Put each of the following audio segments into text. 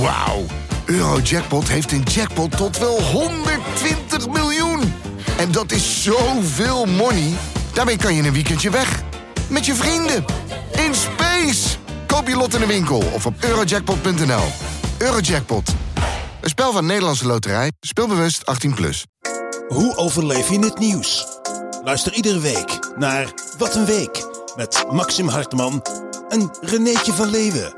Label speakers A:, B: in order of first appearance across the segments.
A: Wauw. Eurojackpot heeft een jackpot tot wel 120 miljoen. En dat is zoveel money. Daarmee kan je in een weekendje weg. Met je vrienden. In space. Koop je lot in de winkel of op eurojackpot.nl. Eurojackpot. Een spel van Nederlandse Loterij. Speelbewust 18+. Plus.
B: Hoe overleef je het nieuws? Luister iedere week naar Wat een Week met Maxim Hartman en Renéetje van Leeuwen.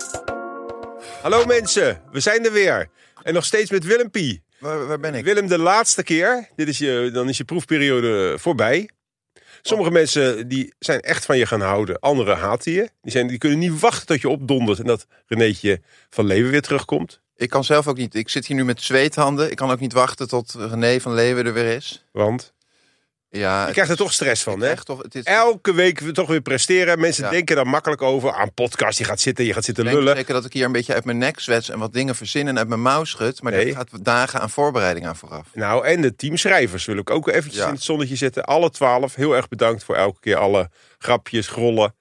C: Hallo mensen, we zijn er weer. En nog steeds met Willem Pie.
D: Waar, waar ben ik?
C: Willem, de laatste keer. Dit is je, dan is je proefperiode voorbij. Sommige mensen die zijn echt van je gaan houden. Anderen haten je. Die, zijn, die kunnen niet wachten tot je opdondert. En dat Renéetje van Leeuwen weer terugkomt.
D: Ik kan zelf ook niet. Ik zit hier nu met zweethanden. Ik kan ook niet wachten tot René van Leeuwen er weer is.
C: Want
D: Ja,
C: je krijgt er toch stress van, hè?
D: echt toch? Het is,
C: Elke week we toch weer presteren. Mensen
D: Ja.
C: denken daar makkelijk over. Aan podcast, je gaat zitten, je gaat zitten
D: ik denk
C: lullen.
D: zeker dat ik hier een beetje uit mijn nek zwets en wat dingen verzin en uit mijn mouw schud. Maar
C: Nee.
D: daar gaat dagen aan voorbereiding aan vooraf.
C: Nou, en de teamschrijvers wil ik ook eventjes
D: Ja.
C: in het zonnetje zetten. Alle twaalf, heel erg bedankt voor elke keer alle grapjes, grollen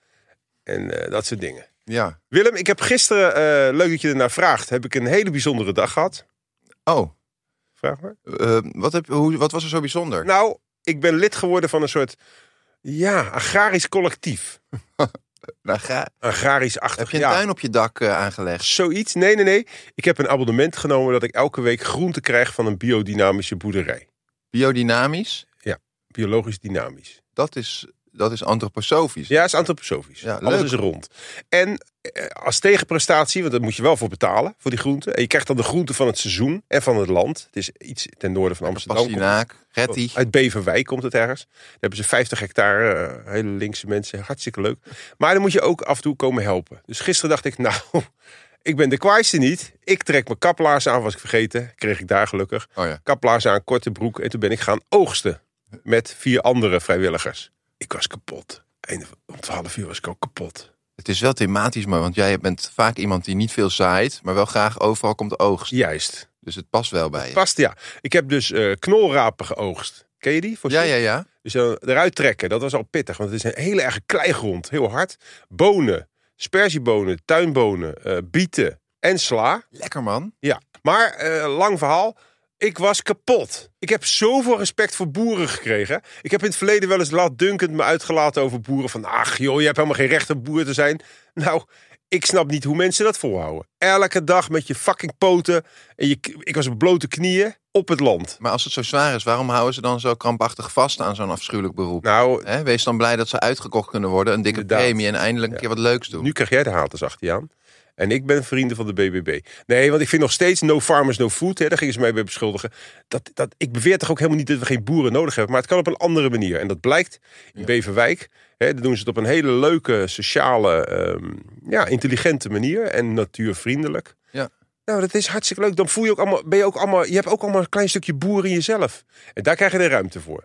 C: en eh, dat soort dingen.
D: Ja.
C: Willem, ik heb gisteren, eh, leuk dat je ernaar vraagt, heb ik een hele bijzondere dag gehad.
D: Oh,
C: Vraag maar.
D: eh, wat, heb, hoe, wat was er zo bijzonder?
C: Nou, ik ben lid geworden van een soort, ja, agrarisch collectief.
D: Nou, ga,
C: Agrarisch-achtig,
D: heb je een
C: ja.
D: tuin op je dak eh, aangelegd?
C: Zoiets? Nee, nee, nee. Ik heb een abonnement genomen dat ik elke week groente krijg van een biodynamische boerderij.
D: Biodynamisch?
C: Biologisch dynamisch.
D: Dat is, dat is antroposofisch.
C: Ja, het is antroposofisch.
D: Ja,
C: Alles
D: leuk.
C: is rond. En eh, als tegenprestatie, want daar moet je wel voor betalen, voor die groenten. En je krijgt dan de groenten van het seizoen en van het land. Het is iets ten noorden van Amsterdam.
D: Pastinaak,
C: Komt- Oh,
D: Getty.
C: Uit Beverwijk komt het ergens. Daar hebben ze 50 hectare, eh, hele linkse mensen. Hartstikke leuk. Maar dan moet je ook af en toe komen helpen. Dus gisteren dacht ik, nou, ik ben de kwaaiste niet. Ik trek mijn kaplaars aan, was ik vergeten. Kreeg ik daar gelukkig.
D: Oh ja.
C: Kaplaars aan, korte broek. En toen ben ik gaan oogsten. Met vier andere vrijwilligers. Ik was kapot. Einde van- om 12 uur was ik ook kapot.
D: Het is wel thematisch, maar want jij bent vaak iemand die niet veel zaait, maar wel graag overal komt oogst.
C: Juist.
D: Dus het past wel bij je.
C: Past ja. Ik heb dus eh, knolrapen geoogst. Ken je die? Voor
D: Ja, ja, ja.
C: Dus dan eruit trekken, dat was al pittig. Want het is een hele erge kleigrond, heel hard. Bonen, sperziebonen, tuinbonen, eh, bieten en sla.
D: Lekker man.
C: Ja, maar eh, lang verhaal. Ik was kapot. Ik heb zoveel respect voor boeren gekregen. Ik heb in het verleden wel eens laatdunkend me uitgelaten over boeren. Van, ach joh, je hebt helemaal geen recht om boer te zijn. Nou, ik snap niet hoe mensen dat volhouden. Elke dag met je fucking poten. En je, ik was op blote knieën op het land.
D: Maar als het zo zwaar is, waarom houden ze dan zo krampachtig vast aan zo'n afschuwelijk beroep?
C: Nou,
D: Hè, wees dan blij dat ze uitgekocht kunnen worden, een dikke
C: Inderdaad.
D: premie en eindelijk een keer wat leuks doen.
C: Nu krijg jij de haters achter je aan. En ik ben vrienden van de BBB. Nee, want ik vind nog steeds no farmers, no food. Hè, daar gingen ze mij bij beschuldigen. Dat, dat, ik beweer toch ook helemaal niet dat we geen boeren nodig hebben. Maar het kan op een andere manier. En dat blijkt in Beverwijk. Hè, daar doen ze het op een hele leuke, sociale, ehm, ja, intelligente manier. En natuurvriendelijk.
D: Ja.
C: Nou, dat is hartstikke leuk. Dan voel je ook allemaal, ben je ook allemaal, je hebt ook allemaal een klein stukje boer in jezelf. En daar krijg je de ruimte voor.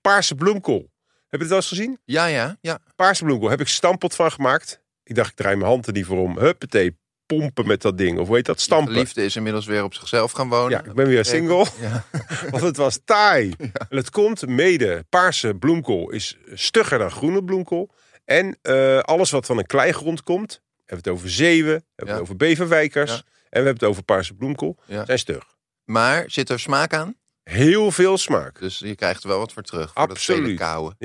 C: Paarse bloemkool. Heb je het wel eens gezien?
D: Ja, ja, ja.
C: paarse bloemkool heb ik stampot van gemaakt. Ik dacht, ik draai mijn hand er niet voor om. Huppatee, pompen met dat ding. Of weet dat,
D: De
C: stampen.
D: liefde is inmiddels weer op zichzelf gaan wonen.
C: Ja, ik ben weer single,
D: Ja.
C: want het was taai. En het komt mede. Paarse bloemkool is stugger dan groene bloemkool. En eh, alles wat van een kleigrond komt. Hebben we het over zeeuwen, hebben we het
D: Ja.
C: over beverwijkers.
D: Ja.
C: En we hebben het over paarse bloemkool.
D: Ja.
C: Zijn stug.
D: Maar zit er smaak aan?
C: Heel veel smaak.
D: Dus je krijgt er wel wat voor terug. Voor
C: Absoluut.
D: Dat vele kauwen.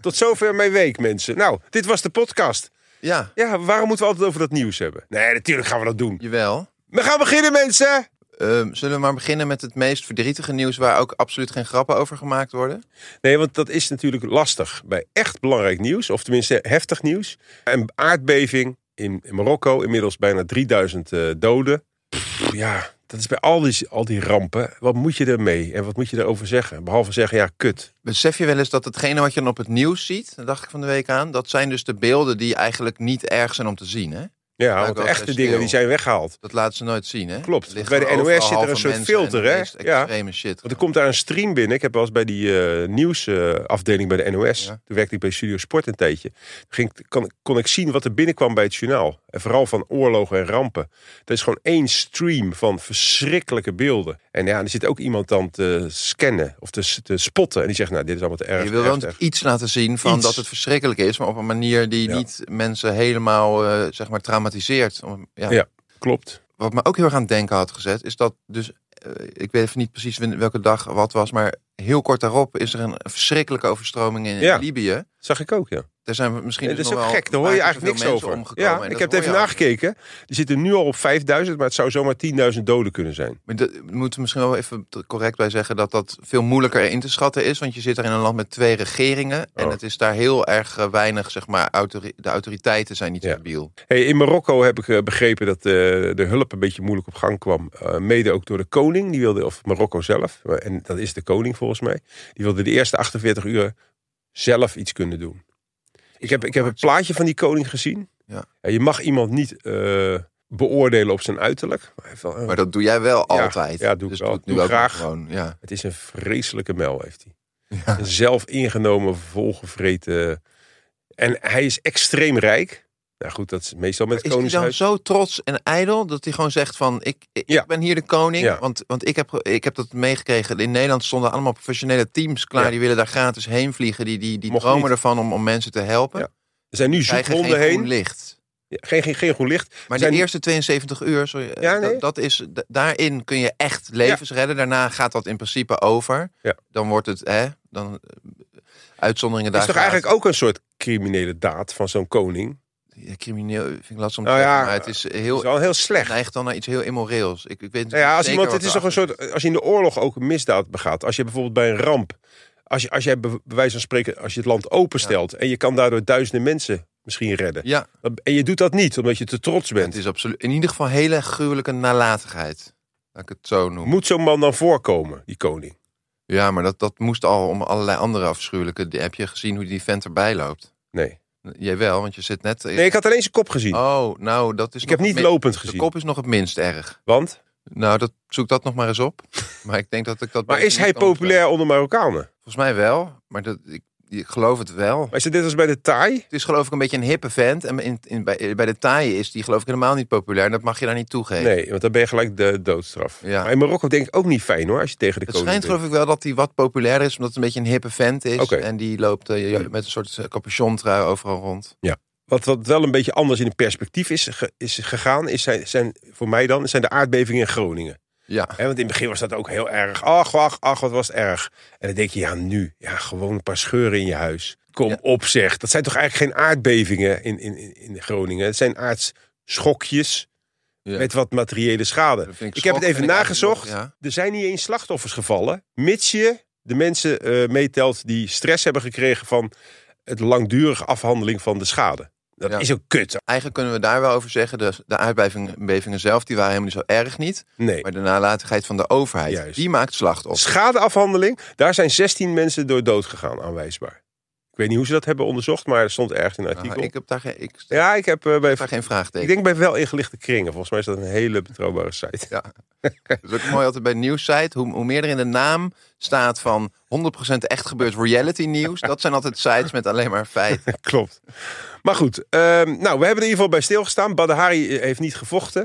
C: Tot zover mijn week, mensen. Nou, dit was de podcast.
D: Ja,
C: Ja, waarom moeten we altijd over dat nieuws hebben? Nee, natuurlijk gaan we dat doen.
D: jawel.
C: We gaan beginnen, mensen!
D: Ehm, zullen we maar beginnen met het meest verdrietige nieuws waar ook absoluut geen grappen over gemaakt worden?
C: Nee, want dat is natuurlijk lastig bij echt belangrijk nieuws, of tenminste heftig nieuws. Een aardbeving in in Marokko, inmiddels bijna 3000 eh, doden. Pff, ja, dat is bij al die, al die rampen. Wat moet je ermee en wat moet je erover zeggen? Behalve zeggen, ja, kut.
D: Besef je wel eens dat hetgene wat je dan op het nieuws ziet, daar dacht ik van de week aan, dat zijn dus de beelden die eigenlijk niet erg zijn om te zien, hè?
C: Ja,
D: ik
C: want de
D: was
C: echte
D: best
C: dingen
D: stil.
C: die zijn weggehaald.
D: Dat laten ze nooit zien, hè?
C: Klopt.
D: Er liggen
C: Bij de
D: overal
C: NOS zit er
D: halve
C: een soort
D: mensen en
C: filter,
D: de
C: hè?
D: meest
C: Ja.
D: Extreme shit.
C: Want er komt daar een stream binnen. Ik heb wel eens bij die eh, nieuwsafdeling bij de NOS.
D: Ja.
C: Toen werkte ik bij Studio Sport een tijdje. Ging, ik- kon, kon ik zien wat er binnenkwam bij het journaal. En vooral van oorlogen en rampen. Er is gewoon één stream van verschrikkelijke beelden. En ja, er zit ook iemand dan te scannen of te, s- te spotten. En die zegt, nou, dit is allemaal te erg.
D: je wil
C: te
D: wel
C: erg, te erg.
D: iets laten zien van
C: Iets.
D: dat het verschrikkelijk is, maar op een manier die
C: Ja.
D: niet mensen helemaal, eh, zeg maar, traumatiseert. Om- Ja.
C: Ja. Klopt.
D: wat me ook heel erg aan het denken had gezet, is dat dus, eh, ik weet even niet precies wen- welke dag wat was, maar heel kort daarop is er een verschrikkelijke overstroming in
C: Ja.
D: Libië.
C: Zag ik ook, ja.
D: Er zijn misschien
C: Nee, dat
D: dus
C: is
D: nog
C: ook
D: wel
C: gek, daar hoor je
D: vaak
C: eigenlijk niks
D: zoveel
C: over.
D: mensen omgekomen. En
C: Ja, ik
D: dat
C: heb
D: hoor
C: het
D: je
C: even
D: al.
C: nagekeken. Die zitten nu al op 5000, maar het zou zomaar 10.000 doden kunnen zijn.
D: Maar dat- we moeten misschien wel even t- correct bij zeggen dat dat veel moeilijker in te schatten is. Want je zit daar in een land met twee regeringen. En
C: Oh.
D: het is daar heel erg eh, weinig, zeg maar, autori- de autoriteiten zijn niet
C: Ja.
D: stabiel.
C: Hey, in Marokko heb ik eh, begrepen dat eh, de hulp een beetje moeilijk op gang kwam. Eh, mede ook door de koning, die wilde, of Marokko zelf, eh, en dat is de koning volgens mij, die wilde de eerste 48 uur zelf iets kunnen doen. Ik heb, ik heb het plaatje van die koning gezien.
D: Ja.
C: Ja, je mag iemand niet eh, beoordelen op zijn uiterlijk. Maar hij heeft wel een-
D: Maar dat doe jij wel altijd.
C: ja, doe ik
D: dus
C: wel.
D: doe het nu
C: Doe
D: ook
C: graag.
D: maar gewoon. Ja.
C: Het is een vreselijke mel, heeft hij.
D: Ja.
C: Een zelf ingenomen, volgevreten. En hij is extreem rijk. Nou goed, dat is meestal met het
D: Is hij dan
C: koningshuis.
D: zo trots en ijdel dat hij gewoon zegt van ik, ik
C: Ja.
D: ben hier de koning?
C: Ja.
D: Want, want ik, heb, ge- ik heb dat meegekregen. In Nederland stonden allemaal professionele teams klaar.
C: Ja.
D: Die willen daar gratis heen vliegen. Die, die, die
C: Mocht
D: dromen
C: niet.
D: ervan om, om mensen te helpen.
C: Ja. Er zijn nu
D: Krijgen geen
C: zoekhonden heen.
D: groen licht.
C: Ja, Geen, geen, geen groen licht.
D: Maar
C: Er zijn-
D: die eerste 72 uur, sorry, eh,
C: Ja, nee.
D: dat, dat is, da- daarin kun je echt levens redden. Daarna gaat dat in principe over.
C: Ja.
D: Dan wordt het, hè, dan eh, uitzonderingen daar.
C: is toch
D: gaat.
C: eigenlijk ook een soort criminele daad van zo'n koning?
D: Ja, crimineel, vind ik lastig om te
C: Nou
D: zeggen,
C: ja,
D: maar het is
C: Dat is
D: heel,
C: wel heel slecht.
D: neigt dan naar iets heel immoreels. Ik, ik weet niet
C: Nou ja, als
D: zeker
C: iemand,
D: wat
C: het is toch een
D: erachter
C: soort. Als je in de oorlog ook een misdaad begaat. Als je bijvoorbeeld bij een ramp. Als, je, als jij bij bij wijze van spreken. Als je het land openstelt. En je kan daardoor duizenden mensen misschien redden.
D: zit. Ja,
C: Dan- En je doet dat niet omdat je te trots
D: het
C: bent.
D: is absoluut, in ieder geval hele gruwelijke nalatigheid. Laat ik het zo noemen.
C: Moet zo'n man dan voorkomen, die koning?
D: Ja, maar dat, dat moest al om allerlei andere afschuwelijke. Heb je gezien hoe die vent erbij loopt?
C: Nee.
D: Jij wel, want je zit net...
C: Nee, ik had alleen zijn kop gezien.
D: Oh, nou, dat is
C: ik heb
D: nog
C: niet
D: mi-
C: lopend
D: De
C: gezien.
D: kop is nog het minst erg.
C: Want. Maar
D: Nou, dat, zoek dat nog maar eens op. Maar ik denk dat ik dat. beter
C: is
D: niet
C: hij
D: kan opschrijven.
C: populair onder Marokkanen?
D: eh, Volgens mij wel, maar dat, ik, ik geloof het wel.
C: Maar is het dit als bij de Thai?
D: Het is geloof ik een beetje een hippe vent. En in, in, bij, eh, bij de taaien is die geloof ik helemaal niet populair. En dat mag je daar niet toegeven.
C: Nee, want dan ben je gelijk de doodstraf.
D: Ja.
C: Maar in Marokko denk ik ook niet fijn hoor, als je tegen de
D: Het
C: koning
D: schijnt
C: bent.
D: geloof ik wel dat hij wat populair is, omdat het een beetje een hippe vent is.
C: Oké. Hm.
D: En die loopt eh, ja, met een soort eh, capuchon-trui overal rond.
C: Wat, wat wel een beetje anders in het perspectief is, ge- is gegaan, is zijn, zijn, voor mij dan, zijn de aardbevingen in Groningen.
D: Ja.
C: Hè, want in het begin was dat ook heel erg. Ach, wacht, ach, wat was het erg. En dan denk je, ja nu, ja, gewoon een paar scheuren in je huis. Kom
D: Ja.
C: op zeg. Dat zijn toch eigenlijk geen aardbevingen in, in, in- in Groningen. Het zijn aardsschokjes
D: Ja.
C: met wat materiële schade.
D: Dat vind
C: Ik heb
D: schok,
C: het even
D: vind ik eigenlijk
C: nagezocht.
D: nog- ja.
C: Er zijn niet eens slachtoffers gevallen, mits je de mensen eh, meetelt die stress hebben gekregen van het langdurige afhandeling van de schade. Dat
D: Ja.
C: is ook kut.
D: Eigenlijk kunnen we daar wel over zeggen. De, de aardbevingen bevingen zelf, die waren helemaal niet zo erg niet.
C: Nee.
D: Maar de nalatigheid van de overheid,
C: Juist.
D: die maakt slachtoffers.
C: Schadeafhandeling, daar zijn 16 mensen door dood gegaan aanwijsbaar. Ik weet niet hoe ze dat hebben onderzocht, maar er stond ergens in een
D: Nou,
C: artikel.
D: ik heb daar geen, ik stel
C: Ja, ik heb eh, bij.
D: daar geen
C: Ik
D: vraagteken.
C: denk bij wel ingelichte kringen. Volgens mij is dat een hele betrouwbare site.
D: Dat is ook mooi altijd bij een nieuwssite. Hoe, hoe meer er in de naam staat van 100% echt gebeurd reality nieuws. Dat zijn altijd sites met alleen maar feiten.
C: Klopt. Maar goed, ehm, nou, we hebben er in ieder geval bij stilgestaan. Badahari eh, heeft niet gevochten.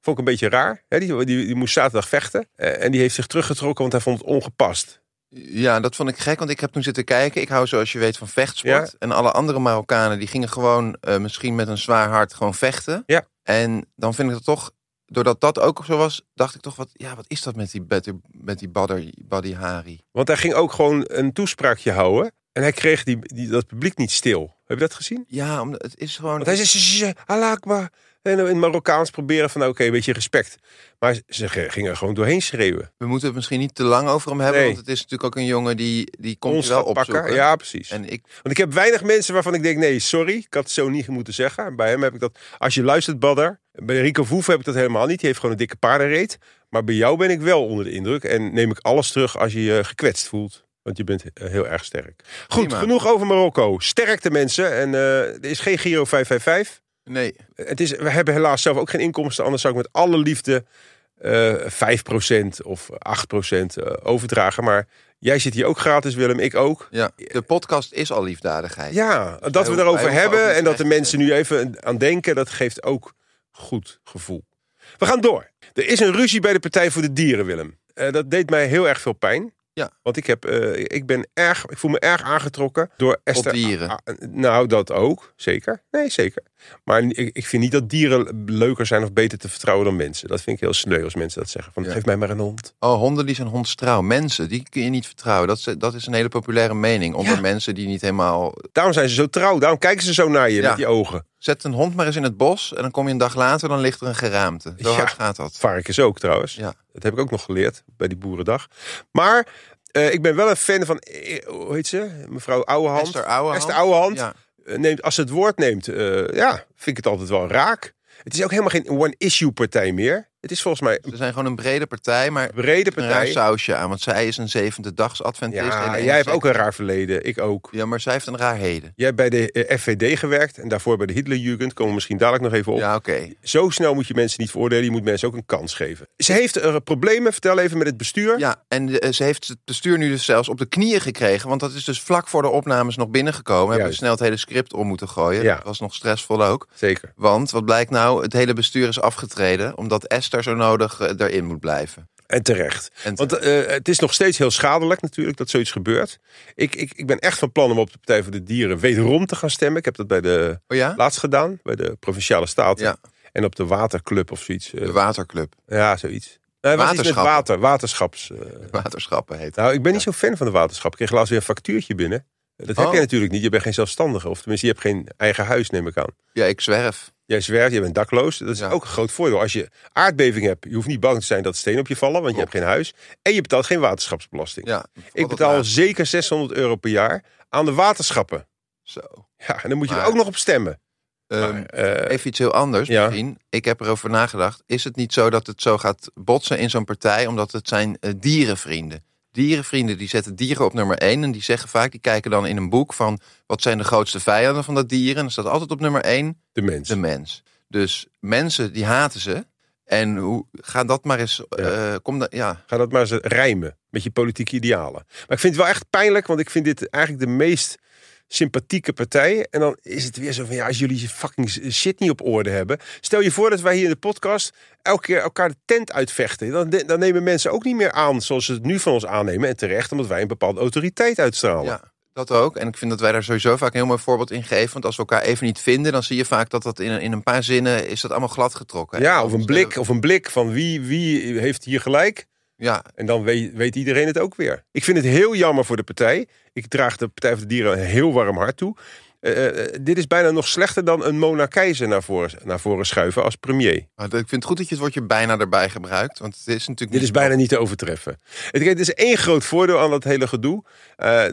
C: Vond ik een beetje raar. Hè? Die, die, die moest zaterdag vechten. Eh, en die heeft zich teruggetrokken, want hij vond het ongepast.
D: Ja, dat vond ik gek, want ik heb toen zitten kijken. Ik hou zoals je weet van vechtsport. En alle andere Marokkanen die gingen gewoon eh, misschien met een zwaar hart gewoon vechten.
C: Ja.
D: En dan vind ik het toch, doordat dat ook zo was, dacht ik toch wat, ja, wat is dat met die, met die, met die badder, Badi Hari?
C: Want hij ging ook gewoon een toespraakje houden. En hij kreeg die, die, dat publiek niet stil. Heb je dat gezien?
D: Ja, omdat het is gewoon...
C: Want hij zei, "Zzz, zzz, Allah Akbar." En in het Marokkaans proberen van, nou, oké, een beetje respect. Maar ze ge- gingen er gewoon doorheen schreeuwen.
D: We moeten het misschien niet te lang over hem hebben,
C: Nee.
D: want het is natuurlijk ook een jongen die, die komt
C: Ons
D: je wel
C: gaat
D: opzoeken.
C: pakken. Ja, precies.
D: En ik,
C: Want ik heb weinig mensen waarvan ik denk, nee, sorry, ik had het zo niet moeten zeggen. En bij hem heb ik dat, als je luistert, Badder. Bij Rico Voef heb ik dat helemaal niet. Die heeft gewoon een dikke paardenreet. Maar bij jou ben ik wel onder de indruk. En neem ik alles terug als je je gekwetst voelt. Want je bent eh, heel erg sterk. Goed,
D: Prima.
C: genoeg over Marokko. Sterkte mensen. En eh, er is geen Giro 555.
D: nee,
C: Het is, we hebben helaas zelf ook geen inkomsten. Anders zou ik met alle liefde eh 5% of 8% eh, overdragen. Maar jij zit hier ook gratis, Willem. Ik ook.
D: ja. de podcast is al liefdadigheid.
C: Ja, dat we
D: wij
C: daarover
D: hoeven ook
C: hebben
D: niet
C: en dat de
D: echt,
C: mensen nu even aan denken, dat geeft ook goed gevoel. We gaan door. Er is een ruzie bij de Partij voor de Dieren, Willem. Eh, dat deed mij heel erg veel pijn.
D: Ja.
C: Want ik, heb, eh, ik, ben erg, ik voel me erg aangetrokken door Esther.
D: dieren.
C: Ah, nou, dat ook. Zeker. Nee, zeker. Maar ik, ik vind niet dat dieren leuker zijn of beter te vertrouwen dan mensen. Dat vind ik heel sneu als mensen dat zeggen. Van,
D: Ja.
C: Geef mij maar een hond.
D: Oh, honden die zijn hondstrouw. Mensen, die kun je niet vertrouwen. Dat is, dat is een hele populaire mening onder
C: Ja.
D: mensen die niet helemaal...
C: Daarom zijn ze zo trouw. Daarom kijken ze zo naar je
D: Ja.
C: met die ogen.
D: Zet een hond maar eens in het bos en dan kom je een dag later, dan ligt er een geraamte. Zo
C: Ja.
D: hard gaat dat.
C: Varkens ook trouwens.
D: Ja.
C: Dat heb ik ook nog geleerd bij die boerendag. Maar eh, ik ben wel een fan van, eh, hoe heet ze? Mevrouw Ouwehand.
D: Esther Ouwehand.
C: Esther Ouwehand.
D: Ja.
C: Eh, Neemt, als ze het woord neemt, eh, ja, vind ik het altijd wel raak. Het is ook helemaal geen one-issue partij meer. Het is volgens mij een
D: Ze zijn gewoon een brede partij, maar
C: brede
D: een raar
C: partij.
D: sausje aan. Want zij is een zevende dags adventist. en
C: Ja,
D: een
C: jij hebt
D: sect-
C: ook een raar verleden. Ik ook.
D: Ja, maar zij heeft een raar heden.
C: Jij hebt bij de eh, FVD gewerkt en daarvoor bij de Hitlerjugend. Komen we misschien dadelijk nog even op.
D: Ja, oké.
C: Zo snel moet je mensen niet veroordelen. Je moet mensen ook een kans geven. Ze heeft eh, problemen, vertel even, met het bestuur.
D: Ja, en eh, ze heeft het bestuur nu dus zelfs op de knieën gekregen. Want dat is dus vlak voor de opnames nog binnengekomen. Hebben we
C: Juist.
D: snel het hele script om moeten gooien.
C: Ja.
D: Dat was nog stressvol ook.
C: Zeker.
D: Want wat blijkt nou? Het hele bestuur is afgetreden. Omdat Esther zo nodig eh, erin moet blijven.
C: En terecht.
D: En
C: Want eh, het is nog steeds heel schadelijk natuurlijk dat zoiets gebeurt. Ik, ik, ik ben echt van plan om op de Partij voor de Dieren wederom te gaan stemmen. Ik heb dat bij de
D: Oh ja?
C: laatst gedaan, bij de Provinciale Staten.
D: Ja.
C: En op de Waterclub of zoiets. eh,
D: De waterclub.
C: ja, zoiets. Nee, wat is het met
D: Waterschappen.
C: water, waterschaps. eh.
D: Waterschappen heet het.
C: nou, ik ben niet zo fan van de waterschap. Ik kreeg laatst weer een factuurtje binnen. Dat heb
D: Oh.
C: jij natuurlijk niet. Je bent geen zelfstandige. Of tenminste, je hebt geen eigen huis, neem ik aan.
D: Ja, ik zwerf.
C: Jij zwerft, je bent dakloos. Dat is
D: Ja.
C: ook een groot voordeel. Als je aardbeving hebt, je hoeft niet bang te zijn dat stenen op je vallen, want
D: Klopt.
C: je hebt geen huis. En je betaalt geen waterschapsbelasting.
D: Ja,
C: ik betaal zeker 600 euro per jaar aan de waterschappen.
D: Zo.
C: Ja, en dan moet je
D: Maar-
C: er ook nog op stemmen.
D: Ehm,
C: Maar, eh,
D: Even iets heel anders
C: Ja.
D: misschien. Ik heb erover nagedacht. Is het niet zo dat het zo gaat botsen in zo'n partij? Omdat het zijn eh, dierenvrienden. Dierenvrienden die zetten dieren op nummer één. En die zeggen vaak, die kijken dan in een boek van... wat zijn de grootste vijanden van dat dier? En dan staat altijd op nummer één
C: de mens.
D: de mens. Dus mensen, die haten ze. En hoe, ga dat maar eens... eh, kom dan, ja,
C: Ga dat maar eens rijmen met je politieke idealen. Maar ik vind het wel echt pijnlijk, want ik vind dit eigenlijk de meest sympathieke partij. En dan is het weer zo van, ja, als jullie je fucking shit niet op orde hebben. Stel je voor dat wij hier in de podcast elke keer elkaar de tent uitvechten. Dan, dan nemen mensen ook niet meer aan zoals ze het nu van ons aannemen. En terecht, omdat wij een bepaalde autoriteit uitstralen.
D: ja, dat ook. En ik vind dat wij daar sowieso vaak een heel mooi voorbeeld in geven. Want als we elkaar even niet vinden... dan zie je vaak dat dat in, een- in een paar zinnen... is dat allemaal glad getrokken.
C: Ja, of een blik, of een blik van wie, wie heeft hier gelijk.
D: Ja,
C: En dan weet, weet iedereen het ook weer. Ik vind het heel jammer voor de partij. Ik draag de Partij voor de Dieren een heel warm hart toe. Eh, eh, dit is bijna nog slechter dan een Mona Keizer naar voren, naar voren schuiven als premier.
D: Maar dat- Ik vind het goed dat je het woordje bijna erbij gebruikt. Want het is natuurlijk
C: Dit is
D: niet-
C: bijna niet te overtreffen. Het, het is één groot voordeel aan dat hele gedoe. Eh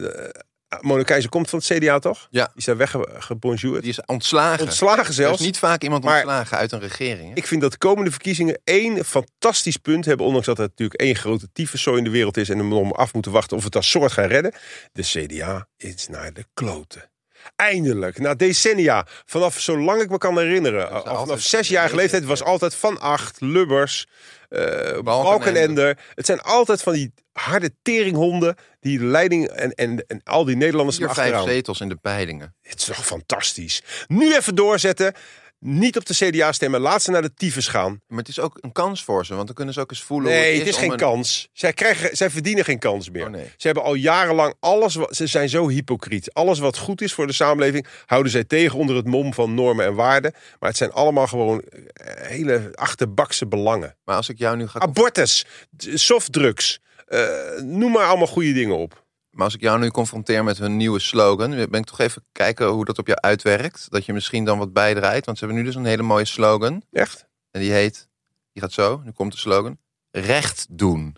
C: Mona Keizer komt van het CDA, toch?
D: Ja.
C: Die is daar weggebonjourd.
D: Die is ontslagen.
C: Ontslagen
D: Er
C: zelfs.
D: is niet vaak iemand
C: Maar-
D: ontslagen uit een regering. hè?
C: Ik vind dat komende verkiezingen één fantastisch punt hebben. Ondanks dat er natuurlijk één grote tyfuszooi in de wereld is. En we om af moeten wachten of we het als soort gaan redden. De CDA is naar de kloten. Eindelijk, na decennia, vanaf zolang ik me kan herinneren. al- Vanaf
D: altijd-
C: zesjarige leeftijd was altijd Van Acht, Lubbers, eh, Balkenende. Het zijn altijd van die harde teringhonden die de leiding en, en, en al die Nederlanders
D: Vier,
C: maar
D: vijf
C: achteraan.
D: zetels in de peilingen.
C: Het is toch fantastisch. Nu even doorzetten. Niet op de CDA stemmen. Laat ze naar de tyfus gaan.
D: Maar het is ook een kans voor ze. Want dan kunnen ze ook eens voelen hoe
C: Nee,
D: het
C: het is
D: om
C: geen
D: een-
C: kans. Zij, krijgen, zij verdienen geen kans meer.
D: Oh, nee.
C: Ze hebben al jarenlang alles. Wat, ze zijn zo hypocriet. Alles wat goed is voor de samenleving houden zij tegen onder het mom van normen en waarden. Maar het zijn allemaal gewoon eh, hele achterbakse belangen.
D: Maar als ik jou nu
C: Ah.
D: ga,
C: Abortus, d- softdrugs, eh, noem maar allemaal goede dingen op.
D: maar als ik jou nu confronteer met hun nieuwe slogan, ben ik toch even kijken hoe dat op jou uitwerkt. Dat je misschien dan wat bijdraait. Want ze hebben nu dus een hele mooie slogan.
C: Echt?
D: En die heet, die gaat zo. Nu komt de slogan: recht doen.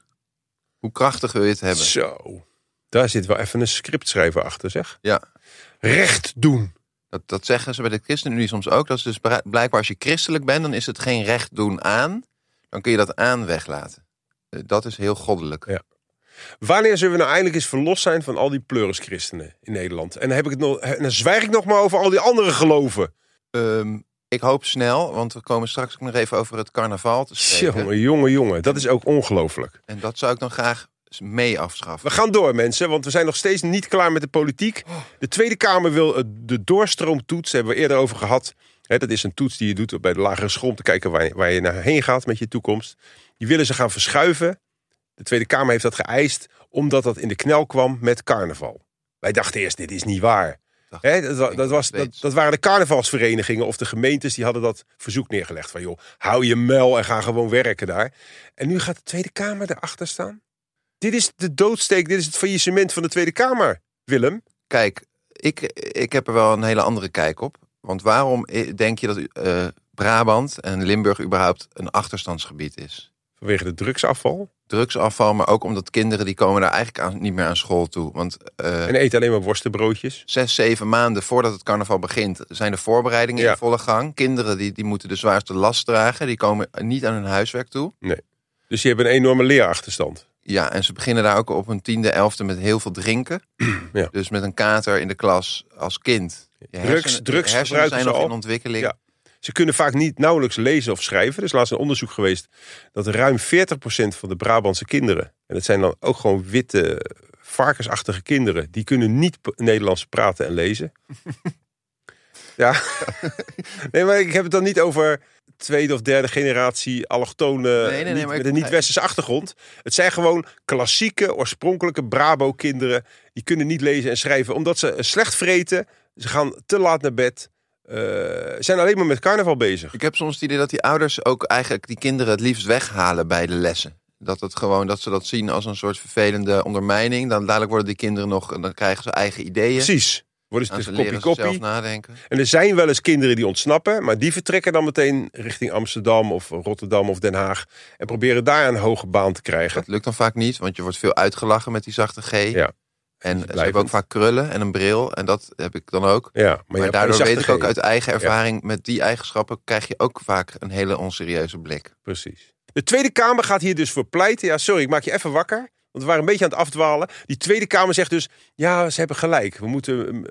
D: Hoe krachtig wil je het hebben?
C: Zo. Daar zit wel even een scriptschrijver achter, zeg.
D: Ja.
C: Recht doen.
D: Dat, dat zeggen ze bij de ChristenUnie soms ook. Dat is dus bra- blijkbaar als je christelijk bent, dan is het geen recht doen aan. Dan kun je dat aan weglaten. Eh, Dat is heel goddelijk.
C: Ja. Wanneer zullen we nou eindelijk eens verlost zijn van al die pleurischristenen in Nederland? En dan, heb ik het nog, en dan zwijg ik nog maar over al die andere geloven.
D: Ehm, ik hoop snel, want we komen straks ook nog even over het carnaval te spreken.
C: Jongen, jongen, jongen. Dat is ook ongelooflijk.
D: En dat zou ik dan graag s- mee afschaffen.
C: We gaan door, mensen, want we zijn nog steeds niet klaar met de politiek. De Tweede Kamer wil eh, de doorstroomtoets, daar hebben we eerder over gehad. Hè, dat is een toets die je doet bij de lagere school om te kijken waar je, waar je naar heen gaat met je toekomst. Die willen ze gaan verschuiven. De Tweede Kamer heeft dat geëist omdat dat in de knel kwam met carnaval. Wij dachten eerst, dit is niet waar.
D: dacht
C: Hè, dat, wa-
D: Ik
C: dat, was,
D: nog
C: dat,
D: steeds.
C: dat waren de carnavalsverenigingen of de gemeentes die hadden dat verzoek neergelegd. Van joh, hou je muil en ga gewoon werken daar. En nu gaat de Tweede Kamer erachter staan. Dit is de doodsteek, dit is het faillissement van de Tweede Kamer, Willem.
D: Kijk, ik, ik heb er wel een hele andere kijk op. Want waarom i- denk je dat eh, Brabant en Limburg überhaupt een achterstandsgebied is?
C: Vanwege de drugsafval.
D: Drugsafval, maar ook omdat kinderen die komen daar eigenlijk aan, niet meer aan school toe. Want eh,
C: En eet alleen maar worstenbroodjes.
D: zes, zeven maanden voordat het carnaval begint, zijn de voorbereidingen
C: Ja.
D: in volle gang. Kinderen die, die moeten de zwaarste last dragen, die komen niet aan hun huiswerk toe.
C: Dus die hebben een enorme leerachterstand.
D: Ja, en ze beginnen daar ook op hun tiende, elfde met heel veel drinken.
C: Ja.
D: Dus met een kater in de klas als kind. Je hersenen- je
C: drugs
D: hersenen
C: gebruiken
D: zijn
C: ze
D: nog
C: al.
D: in ontwikkeling.
C: Ja. Ze kunnen vaak niet nauwelijks lezen of schrijven. Er is laatst een onderzoek geweest dat ruim 40% van de Brabantse kinderen, en dat zijn dan ook gewoon witte varkensachtige kinderen, die kunnen niet p- Nederlands praten en lezen. ja. nee, maar ik heb het dan niet over tweede of derde generatie allochtone
D: nee,
C: niet-
D: nee, maar
C: met
D: ik
C: een
D: begrijp-
C: niet-westerse achtergrond. Het zijn gewoon klassieke, oorspronkelijke Brabo-kinderen. Die kunnen niet lezen en schrijven omdat ze slecht vreten. Ze gaan te laat naar bed. Eh, zijn alleen maar met carnaval bezig.
D: Ik heb soms het idee dat die ouders ook eigenlijk die kinderen het liefst weghalen bij de lessen. Dat het gewoon, dat ze dat zien als een soort vervelende ondermijning. Dan dadelijk worden die kinderen nog, dan krijgen ze eigen ideeën.
C: Precies. Worden ze
D: En ze
C: tussen
D: leren
C: koppie
D: zelf
C: koppie.
D: nadenken.
C: En er zijn wel eens kinderen die ontsnappen. Maar die vertrekken dan meteen richting Amsterdam of Rotterdam of Den Haag. En proberen daar een hoge baan te krijgen.
D: Dat lukt dan vaak niet, want je wordt veel uitgelachen met die zachte G.
C: Ja.
D: En ze
C: blijvend.
D: hebben ook vaak krullen en een bril. En dat heb ik dan ook.
C: Ja, maar, je
D: Maar
C: hebt
D: daardoor
C: geen
D: weet
C: zachte
D: ik ook
C: G.
D: uit eigen ervaring, met die eigenschappen krijg je ook vaak een hele onserieuze blik.
C: Precies. De Tweede Kamer gaat hier dus voor pleiten. Ja, sorry, ik maak je even wakker. Want we waren een beetje aan het afdwalen. Die Tweede Kamer zegt dus, ja, ze hebben gelijk. We moeten, ehm,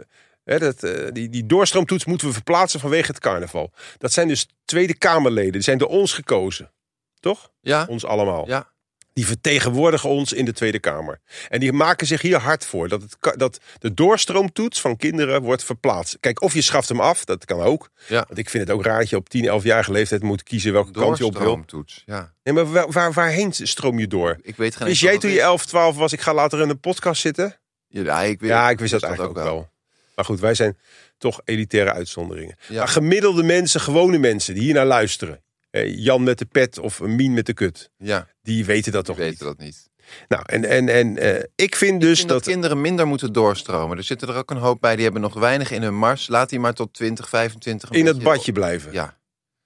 C: hè, dat, eh, die, die doorstroomtoets moeten we verplaatsen vanwege het carnaval. Dat zijn dus Tweede Kamerleden. Die zijn door ons gekozen. Toch?
D: Ja,
C: Ons allemaal.
D: Ja.
C: Die vertegenwoordigen ons in de Tweede Kamer. En die maken zich hier hard voor. Dat, het, ka- dat de doorstroomtoets van kinderen wordt verplaatst. Kijk, of je schaft hem af, dat kan ook.
D: Ja.
C: Want ik vind het ook raar dat je op 10, 11-jarige leeftijd moet kiezen welke kant je op wil.
D: doorstroomtoets. Ja.
C: Nee, maar waar, waar, waarheen stroom je door?
D: Ik weet geen
C: Wist
D: enkel
C: jij
D: wat
C: toen
D: het
C: je
D: is.
C: 11, 12 was, ik ga later in een podcast zitten?
D: Ja, ik, weet-
C: ja, ik wist dat eigenlijk ook wel. Maar goed, wij zijn toch elitaire uitzonderingen.
D: Ja.
C: Maar gemiddelde mensen, gewone mensen die hiernaar luisteren. eh, Jan met de pet of een Mien met de kut.
D: Ja,
C: Die weten dat
D: we
C: toch
D: weten
C: niet.
D: dat niet.
C: Nou, en, en, en eh, ik vind dus
D: Dus dat,
C: dat...
D: kinderen minder moeten doorstromen. Er zitten er ook een hoop bij, die hebben nog weinig in hun mars. Laat die maar tot 20, 25. een
C: in dat
D: beetje-
C: badje blijven.
D: Ja,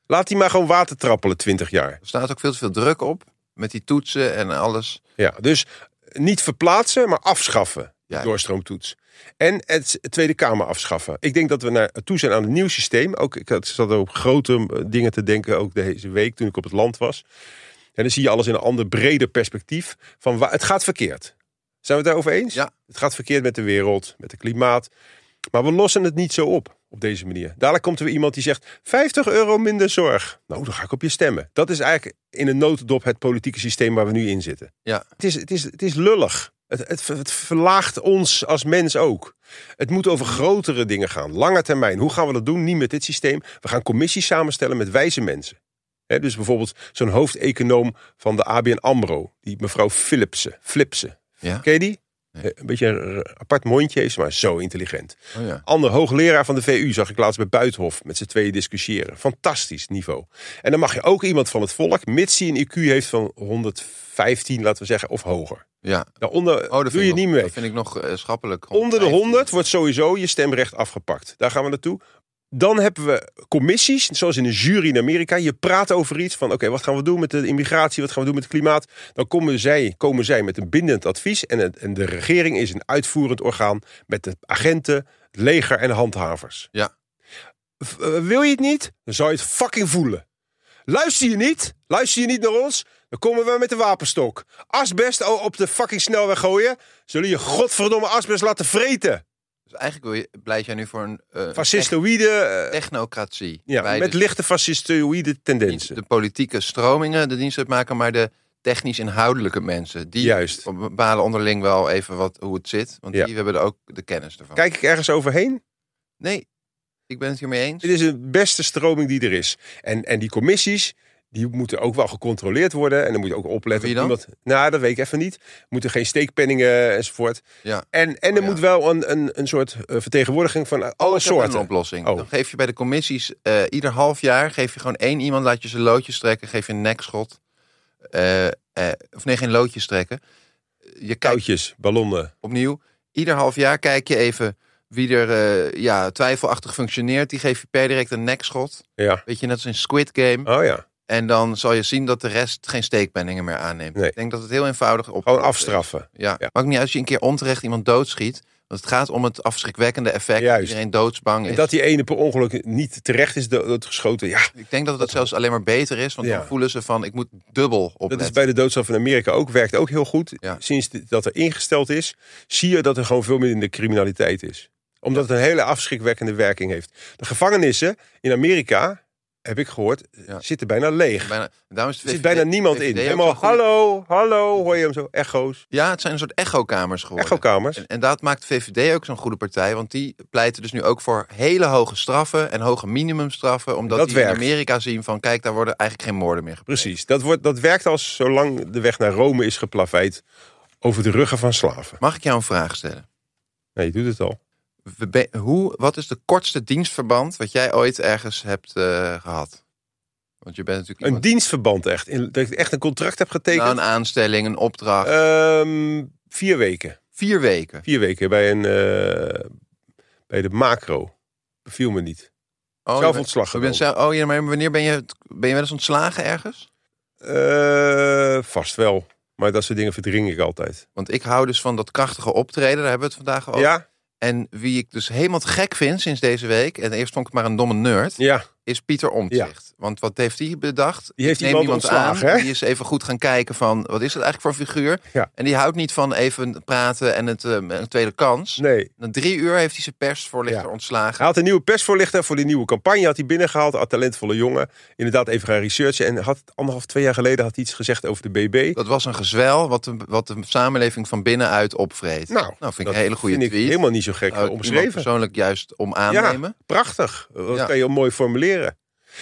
C: Laat die maar gewoon water trappelen, 20 jaar.
D: er staat ook veel te veel druk op. Met die toetsen en alles.
C: Ja, dus niet verplaatsen, maar afschaffen.
D: Ja.
C: Doorstroomtoets. En het Tweede Kamer afschaffen. Ik denk dat we naar, toe zijn aan een nieuw systeem. Ook, ik had- zat op grote eh, dingen te denken, ook deze week toen ik op het land was. En dan zie je alles in een ander, breder perspectief. Van waar, het gaat verkeerd. Zijn we het daarover eens?
D: Ja.
C: Het gaat verkeerd met de wereld, met het klimaat. Maar we lossen het niet zo op, op deze manier. Dadelijk komt er weer iemand die zegt, 50 euro minder zorg. Nou, dan ga ik op je stemmen. Dat is eigenlijk in een notendop het politieke systeem waar we nu in zitten.
D: Ja,
C: Het is, het is, het is lullig. Het, het, ver- het verlaagt ons als mens ook. Het moet over grotere dingen gaan. Lange termijn. Hoe gaan we dat doen? Niet met dit systeem. We gaan commissies samenstellen met wijze mensen. Hè, dus bijvoorbeeld zo'n hoofdeconoom van de ABN AMRO. Die mevrouw Philipsen. Flipsen.
D: ja.
C: Ken je die?
D: Nee.
C: Eh, Een beetje een r- apart mondje heeft ze, maar zo intelligent.
D: Oh, ja.
C: Ander hoogleraar van de VU zag ik laatst bij Buitenhof met z'n tweeën discussiëren. Fantastisch niveau. En dan mag je ook iemand van het volk, mits hij een IQ heeft van 115, laten we zeggen, of hoger.
D: ja.
C: Daaronder
D: Oh, dat
C: doe
D: vind
C: je
D: ik nog-
C: niet mee.
D: Dat vind ik nog eh, schappelijk.
C: Onder de 100
D: wordt
C: wordt sowieso je stemrecht afgepakt. Daar gaan we naartoe. Dan hebben we commissies, zoals in een jury in Amerika. Je praat over iets van, oké, wat gaan we doen met de immigratie? Wat gaan we doen met het klimaat? Dan komen zij, komen zij met een bindend advies. En, het- en de regering is een uitvoerend orgaan met de agenten, het leger en handhavers.
D: Ja.
C: V- eh, wil je het niet? Dan zou je het fucking voelen. Luister je niet? Luister je niet naar ons? Dan komen we met de wapenstok. Asbest o- op de fucking snelweg gooien. Zullen je godverdomme asbest laten vreten.
D: Dus eigenlijk wil je, pleit jij nu voor een eh,
C: Fascistoïde.
D: tech-
C: eh,
D: technocratie.
C: ja,
D: Bij
C: met
D: de,
C: lichte fascistoïde
D: niet
C: tendensen.
D: de politieke stromingen de dienst uitmaken, maar de technisch inhoudelijke mensen. Die
C: Juist.
D: bepalen onderling wel even wat, hoe het zit. Want
C: Ja.
D: die hebben er ook de kennis ervan.
C: Kijk ik ergens overheen?
D: Nee, ik ben het hiermee eens.
C: Dit is de beste stroming die er is. En, en die commissies, die moeten ook wel gecontroleerd worden. En dan moet je ook opletten.
D: Wie dan?
C: op Iemand, nou, dat weet ik even niet. Moeten geen steekpenningen eh, enzovoort.
D: Ja.
C: En, en er
D: Oh ja.
C: moet wel een, een, een soort eh, vertegenwoordiging van alle
D: Ik heb
C: soorten.
D: Een oplossing.
C: Oh.
D: Dan geef je bij de commissies eh, ieder half jaar geef je gewoon één iemand, laat je zijn loodjes trekken, geef je een nekschot. Eh, eh, of nee, geen loodjes trekken. Je kijkt
C: Koutjes, ballonnen.
D: opnieuw. Ieder half jaar kijk je even wie er eh, ja, twijfelachtig functioneert. Die geef je per direct een nekschot.
C: Ja.
D: Weet je, net als in Squid Game.
C: Oh ja.
D: En dan zal je zien dat de rest geen steekpenningen meer aanneemt.
C: Nee.
D: Ik denk dat het heel eenvoudig op.
C: Gewoon afstraffen.
D: Ja.
C: Ja.
D: Maakt niet uit als je een keer onterecht iemand doodschiet. Want het gaat om het afschrikwekkende effect. dat
C: Juist.
D: Iedereen doodsbang
C: En
D: is.
C: dat die ene per ongeluk niet terecht is do- doodgeschoten. Ja,
D: Ik denk dat het zelfs alleen maar beter is. Want
C: Ja.
D: dan voelen ze van, ik moet dubbel opletten.
C: dat is bij de doodstraf in Amerika ook. Werkt ook heel goed.
D: Ja.
C: Sinds d- dat er ingesteld is, zie je dat er gewoon veel minder criminaliteit is. Omdat het een hele afschrikwekkende werking heeft. De gevangenissen in Amerika, heb ik gehoord,
D: Ja.
C: zitten bijna leeg.
D: Bijna, daarom is de
C: er zit
D: VVD
C: bijna niemand
D: VVD
C: in.
D: ook
C: Helemaal,
D: zo'n goede-
C: hallo, hallo, hoor je hem zo, echo's.
D: Ja, het zijn een soort echokamers geworden.
C: Echokamers.
D: En, en dat maakt de VVD ook zo'n goede partij. Want die pleiten dus nu ook voor hele hoge straffen en hoge minimumstraffen. Omdat
C: Dat
D: die
C: werkt.
D: in Amerika zien van, kijk, daar worden eigenlijk geen moorden meer gepleegd.
C: Precies, dat, wordt, dat werkt als zolang de weg naar Rome is geplaveid over de ruggen van slaven.
D: Mag ik jou een vraag stellen?
C: Nee, je doet het al.
D: We be- Hoe, wat is de kortste dienstverband wat jij ooit ergens hebt eh, gehad? Want je bent natuurlijk
C: Een
D: iemand,
C: dienstverband echt. In, dat ik echt een contract heb getekend.
D: nou, een aanstelling, een opdracht.
C: Ehm, vier weken.
D: vier weken.
C: Vier weken bij, een, eh, bij de macro. Beviel me niet.
D: Oh,
C: Zelf
D: je bent-
C: ontslag
D: je bent
C: genomen.
D: zelf- oh ja, maar wanneer ben je, ben je wel eens ontslagen ergens?
C: Eh, vast wel. Maar dat soort dingen verdring ik altijd.
D: Want ik hou dus van dat krachtige optreden, daar hebben we het vandaag over.
C: Ja?
D: En wie ik dus helemaal te gek vind sinds deze week, en eerst vond ik het maar een domme nerd,
C: Ja.
D: is Pieter Omtzigt. Want wat heeft hij bedacht?
C: Die heeft
D: Ik neem
C: iemand ontslagen,
D: aan,
C: hè?
D: Die is even goed gaan kijken van, wat is het eigenlijk voor een figuur?
C: Ja.
D: En die houdt niet van even praten en het, eh, een tweede kans.
C: Nee.
D: Na drie uur heeft hij zijn persvoorlichter
C: Ja. Nou,
D: ontslagen.
C: Hij had een nieuwe persvoorlichter voor die nieuwe campagne. Had hij binnengehaald. Had talentvolle jongen. Inderdaad even gaan researchen. En had anderhalf, twee jaar geleden had hij iets gezegd over de BB.
D: Dat was een gezwel wat de, wat de samenleving van binnenuit opvreet. nou, vind ik
C: Nou, dat
D: een hele goede
C: vind ik
D: tweet.
C: helemaal niet zo gek
D: Nou,
C: eh,
D: ik iemand
C: omschreven.
D: persoonlijk juist om
C: Ja,
D: aannemen.
C: prachtig. Dat
D: Ja.
C: kan je heel mooi formuleren.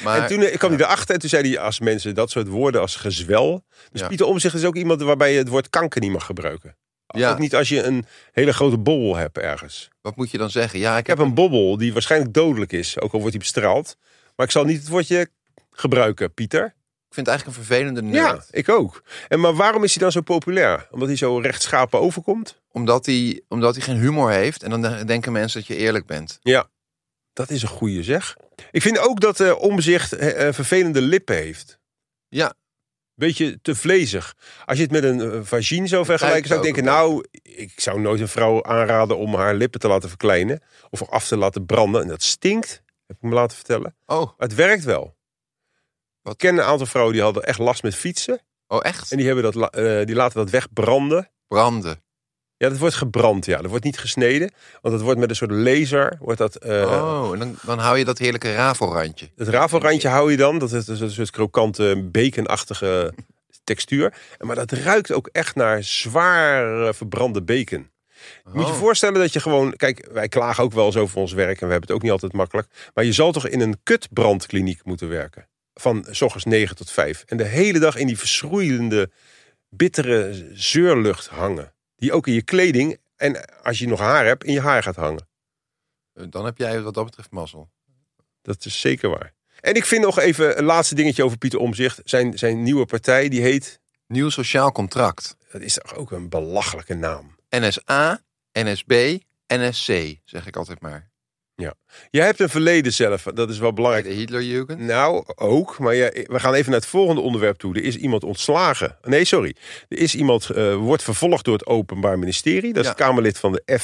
D: Maar
C: en toen eh, kwam hij erachter en toen zei hij als mensen dat soort woorden als gezwel. Dus
D: Ja.
C: Pieter Omzicht is ook iemand waarbij je het woord kanker niet mag gebruiken.
D: Ja.
C: Ook niet als je een hele grote bobbel hebt ergens.
D: wat moet je dan zeggen? Ja, ik
C: Ik heb
D: heb,
C: een bobbel die waarschijnlijk dodelijk is, ook al wordt hij bestraald. Maar ik zal niet het woordje gebruiken, Pieter.
D: ik vind het eigenlijk een vervelende nerd.
C: Ja, ik ook. En maar waarom is hij dan zo populair? Omdat hij zo rechtschapen overkomt?
D: Omdat, hij, omdat hij geen humor heeft. En dan de- denken mensen dat je eerlijk bent.
C: Dat is een goede zeg. Ik vind ook dat eh Omzicht vervelende lippen heeft.
D: Ja.
C: beetje te vlezig. Als je het met een eh, vagine zou vergelijken, zou ik
D: ook
C: denken... nou, ik zou nooit een vrouw aanraden om haar lippen te laten verkleinen... of af te laten branden. En dat stinkt, heb ik me laten vertellen.
D: Oh,
C: Maar het werkt wel.
D: Wat?
C: Ik ken een aantal vrouwen die hadden echt last met fietsen...
D: oh echt?
C: en die, hebben dat, la- eh, die laten dat wegbranden.
D: Branden.
C: Ja, dat wordt gebrand, ja. Dat wordt niet gesneden, want dat wordt met een soort laser... wordt dat eh,
D: oh, en dan, dan hou je dat heerlijke rafelrandje.
C: Het rafelrandje hou je dan. Dat is dat is een soort krokante, bekenachtige textuur. Maar dat ruikt ook echt naar zwaar eh, verbrande bacon. Moet je
D: Oh.
C: voorstellen dat je gewoon... Kijk, wij klagen ook wel eens over ons werk. En we hebben het ook niet altijd makkelijk. Maar je zal toch in een kutbrandkliniek moeten werken. Van eh, s ochtends 9 tot 5. En de hele dag in die verschroeiende, bittere zeurlucht hangen. Die ook in je kleding en eh, als je nog haar hebt, in je haar gaat hangen.
D: Eh, Dan heb jij wat dat betreft mazzel.
C: Dat is zeker waar. En ik vind nog even een laatste dingetje over Pieter Omzicht. Zijn, zijn nieuwe partij, die heet.
D: Nieuw sociaal contract.
C: Dat is toch ook een belachelijke naam.
D: NSA, NSB, NSC, zeg ik altijd maar.
C: Jij hebt een verleden zelf, dat is wel
D: De
C: belangrijk.
D: Hitlerjugend.
C: Nou, ook, maar ja, we gaan even naar het volgende onderwerp toe. Er is iemand ontslagen. Nee, sorry. Er is iemand, eh, wordt vervolgd door het Openbaar Ministerie. Dat is
D: Ja.
C: Kamerlid van de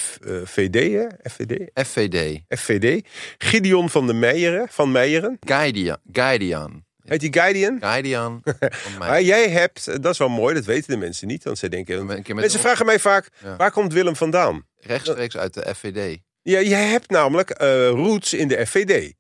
C: FVD, hè? FVD?
D: FVD.
C: FVD. Gideon van de Meijeren, van Meijeren.
D: Guardian. Guardian.
C: Heet die Guardian?
D: Guardian. Van mij.
C: Maar jij hebt, eh, dat is wel mooi, dat weten de mensen niet. Want ze denken,
D: Een keer met
C: Mensen
D: een-
C: vragen mij vaak,
D: Ja.
C: waar komt Willem vandaan?
D: Rechtstreeks uit de FVD.
C: Ja, jij hebt namelijk eh, roots in de FVD.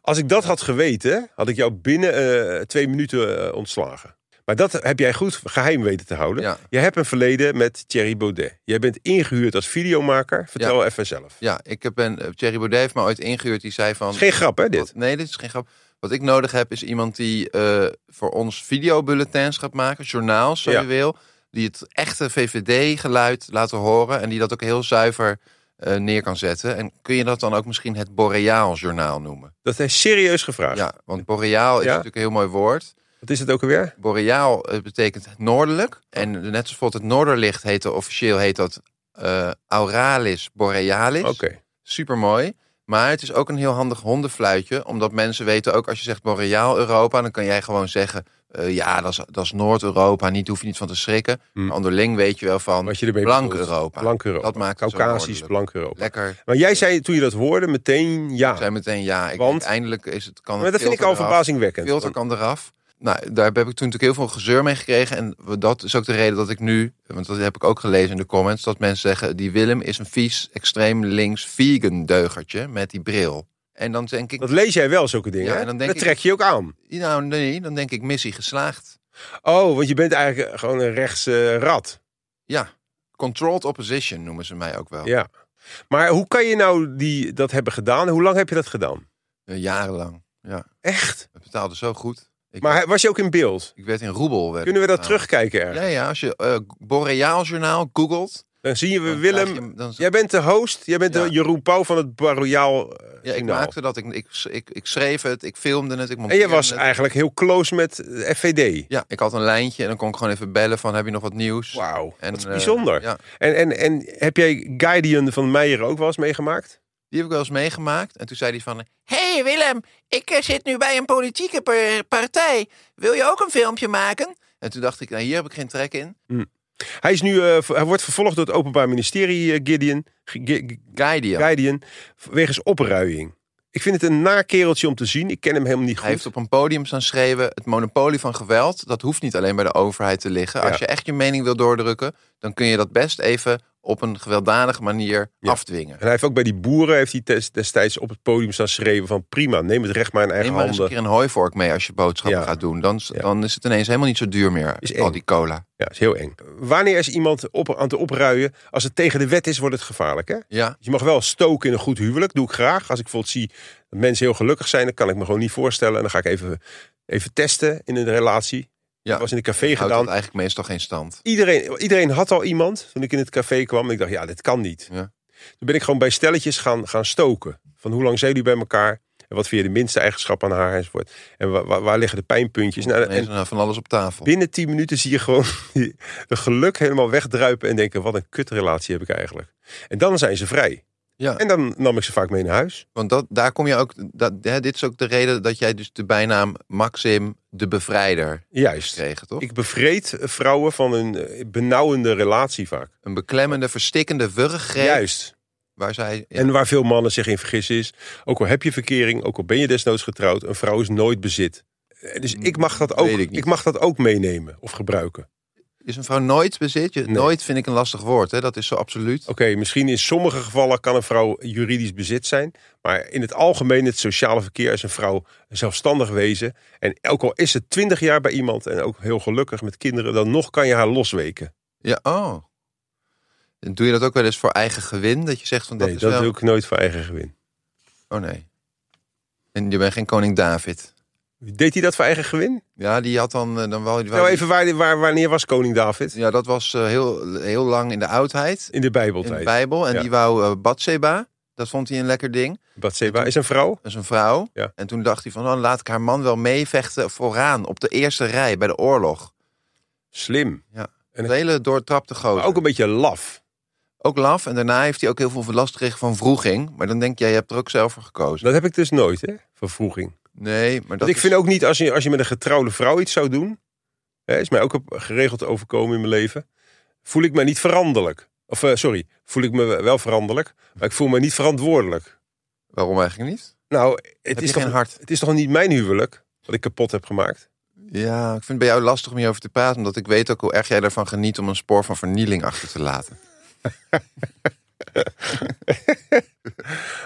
C: Als ik dat had geweten, had ik jou binnen eh, twee minuten eh, ontslagen. Maar dat heb jij goed geheim weten te houden.
D: Ja.
C: Je hebt een verleden met Thierry Baudet. Jij bent ingehuurd als videomaker. Vertel even zelf.
D: eh, Ja, ik heb een, Thierry Baudet heeft me ooit ingehuurd. Die zei van...
C: Het is geen grap, hè, dit?
D: Nee, dit is geen grap. Wat ik nodig heb is iemand die eh, voor ons videobulletins gaat maken, journaals, zo
C: Ja.
D: je wil. Die het echte VVD-geluid laten horen en die dat ook heel zuiver eh, neer kan zetten. En kun je dat dan ook misschien het Boreaal-journaal noemen?
C: Dat is serieus gevraagd.
D: Ja, want Boreaal is
C: Ja.
D: natuurlijk een heel mooi woord.
C: Wat is het ook alweer?
D: Boreaal eh, betekent noordelijk. En net zoals bijvoorbeeld het noorderlicht heet officieel heet dat eh, Auralis Borealis.
C: Oké.
D: Super mooi. Maar het is ook een heel handig hondenfluitje. Omdat mensen weten ook als je zegt Boreaal Europa, dan kan jij gewoon zeggen. eh, ja, dat is, dat is Noord-Europa. Niet hoef je niet van te schrikken.
C: Hmm.
D: Maar onderling weet je wel van
C: Wat je ermee
D: Blank
C: bedoelt.
D: Europa.
C: Blank Europa.
D: Dat maakt het zo
C: Caucasisch
D: noordelijk.
C: Blank Europa.
D: Lekker.
C: Maar jij zei toen je dat hoorde meteen ja.
D: Zijn meteen ja. Ik
C: Want-
D: denk, eindelijk is het kan.
C: Maar dat vind ik al
D: verbazing.
C: verbazingwekkend.
D: Filter kan eraf. Nou, daar heb ik toen natuurlijk heel veel gezeur mee gekregen. En we- dat is ook de reden dat ik nu, want dat heb ik ook gelezen in de comments, dat mensen zeggen: die Willem is een vies, extreem links vegan deugertje met die bril. En dan denk ik,
C: Dat lees jij wel, zulke dingen.
D: Ja,
C: hè?
D: en dan denk
C: dat
D: ik-
C: trek je ook aan.
D: nou nee, dan denk ik missie geslaagd.
C: Oh, want je bent eigenlijk gewoon een eh, rechtse rat.
D: Ja, controlled opposition noemen ze mij ook wel.
C: Ja. Maar hoe kan je nou die, dat hebben gedaan? Hoe lang heb je dat gedaan?
D: Eh, Jarenlang. Ja,
C: Echt?
D: het betaalde zo goed. Ik,
C: Maar hij- was je ook in beeld?
D: ik werd in roebel. werd
C: Kunnen we
D: ik
C: dat
D: betaald.
C: terugkijken ergens?
D: Ja, ja, als je eh Boreaal Journaal googelt.
C: Dan zien we
D: dan
C: Willem.
D: krijg je- dan-
C: Jij bent de host. Jij bent
D: Ja.
C: de Jeroen Pauw van het Barojaal.
D: Ja, ik maakte dat. Ik, ik, ik, ik schreef het, ik filmde het, ik
C: En
D: monteerde
C: je was
D: het.
C: eigenlijk heel close met eh, FVD.
D: Ja, ik had een lijntje en dan kon ik gewoon even bellen van heb je nog wat nieuws?
C: Wauw,
D: En,
C: dat is
D: eh,
C: bijzonder.
D: ja,
C: En, en, en heb jij Guardian van Meijer ook wel eens meegemaakt?
D: die heb ik wel eens meegemaakt. En toen zei hij van, hey Willem, ik eh, zit nu bij een politieke par- partij. Wil je ook een filmpje maken? En toen dacht ik, nou hier heb ik geen trek in.
C: Hij, is nu, eh, ver- hij wordt vervolgd door het Openbaar Ministerie, eh, Gideon. G- G-
D: Guardian.
C: Guardian, wegens opruiing. Ik vind het een nakereltje om te zien. Ik ken hem helemaal niet goed.
D: Hij heeft op een podium staan schreeuwen, het monopolie van geweld, dat hoeft niet alleen bij de overheid te liggen.
C: Ja.
D: Als je echt je mening wil doordrukken, dan kun je dat best even op een gewelddadige manier
C: Ja.
D: afdwingen.
C: En hij heeft ook bij die boeren heeft hij des- destijds op het podium staan schreeuwen van prima, neem het recht maar in eigen
D: Neem maar eens een
C: handen.
D: keer een hooivork mee als je boodschappen
C: Ja.
D: gaat doen. Dan,
C: Ja.
D: dan is het ineens helemaal niet zo duur meer.
C: Is
D: al
C: eng.
D: die cola.
C: Ja, is heel eng. Wanneer is iemand op, aan het opruien? Als het tegen de wet is, wordt het gevaarlijk hè? Dus
D: Ja,
C: Je mag wel stoken in een goed huwelijk, doe ik graag. Als ik bijvoorbeeld zie dat mensen heel gelukkig zijn, dan kan ik me gewoon niet voorstellen. En dan ga ik even, even testen in een relatie.
D: Ja.
C: Ja. was in een café
D: houdt dat
C: gedaan.
D: eigenlijk meestal geen stand.
C: Iedereen, iedereen had al iemand toen ik in het café kwam. En ik dacht, ja, dit kan niet.
D: Ja.
C: Toen ben ik gewoon bij stelletjes gaan, gaan stoken. Van hoe lang zijn jullie bij elkaar? En wat vind je de minste eigenschap aan haar enzovoort? En wa- wa- waar, liggen de pijnpuntjes? Nou,
D: Ineens
C: en
D: nou, van alles op tafel.
C: binnen tien minuten zie je gewoon die- de geluk helemaal wegdruipen. En denken, wat een kutrelatie heb ik eigenlijk. En dan zijn ze vrij.
D: Ja.
C: En dan nam ik ze vaak mee naar huis.
D: Want dat, daar kom je ook. Dat, hè, dit is ook de reden dat jij dus de bijnaam Maxim de Bevrijder
C: Juist.
D: kreeg, toch?
C: Ik bevreed vrouwen van een eh, benauwende relatie vaak.
D: Een beklemmende, verstikkende wurggreep.
C: Juist.
D: Waar zij. ja,
C: En waar veel mannen zich in vergissen is, ook al heb je verkering, ook al ben je desnoods getrouwd, een vrouw is nooit bezit. Eh, Dus ik mag dat ook,
D: Weet ik
C: ik
D: niet.
C: mag dat ook meenemen of gebruiken.
D: Is een vrouw nooit bezit? Je,
C: Nee. Oh.
D: Nooit vind ik een lastig woord. Hè? Dat is zo absoluut.
C: Oké, misschien in sommige gevallen kan een vrouw juridisch bezit zijn, maar in het algemeen, het sociale verkeer, is een vrouw een zelfstandig wezen. En ook al is ze twintig jaar bij iemand en ook heel gelukkig met kinderen, dan nog kan je haar losweken.
D: Ja, oh. En doe je dat ook wel eens voor eigen gewin? Dat je zegt van dat
C: Nee,
D: is
C: dat
D: wel.
C: doe ik nooit voor eigen gewin.
D: Oh nee. En je bent geen koning David.
C: Deed hij dat voor eigen gewin?
D: Ja, die had dan, eh, dan wel...
C: Nou, even waar, waar, wanneer was koning David?
D: Ja, dat was eh, heel, heel lang in de oudheid.
C: In de
D: In de
C: Bijbeltijd.
D: Bijbel. En
C: Ja.
D: die wou eh Bathsheba. Dat vond hij een lekker ding.
C: Bathseba is een vrouw.
D: Dat is een vrouw.
C: Ja.
D: En toen dacht hij van, oh, laat ik haar man wel meevechten vooraan. Op de eerste rij bij de oorlog.
C: Slim. En-
D: Een hele doortrapte gozer.
C: Maar ook een beetje laf.
D: Ook laf. En daarna heeft hij ook heel veel last gekregen van vroeging. Maar dan denk je, je hebt er ook zelf voor gekozen.
C: Dat heb ik dus nooit, hè? Vervoeging. Want
D: Nee, maar dat
C: ik
D: is-
C: vind ook niet, als je, als je met een getrouwde vrouw iets zou doen... Hè, is mij ook op- geregeld overkomen in mijn leven... voel ik me niet veranderlijk. Of, eh, sorry, voel ik me wel veranderlijk... maar ik voel me niet verantwoordelijk.
D: Waarom eigenlijk niet?
C: Nou, het,
D: je
C: is
D: geen
C: toch,
D: hart?
C: het is toch niet mijn huwelijk... wat ik kapot heb gemaakt?
D: Ja, ik vind het bij jou lastig om hierover te praten. Omdat ik weet ook hoe erg jij ervan geniet om een spoor van vernieling achter te laten.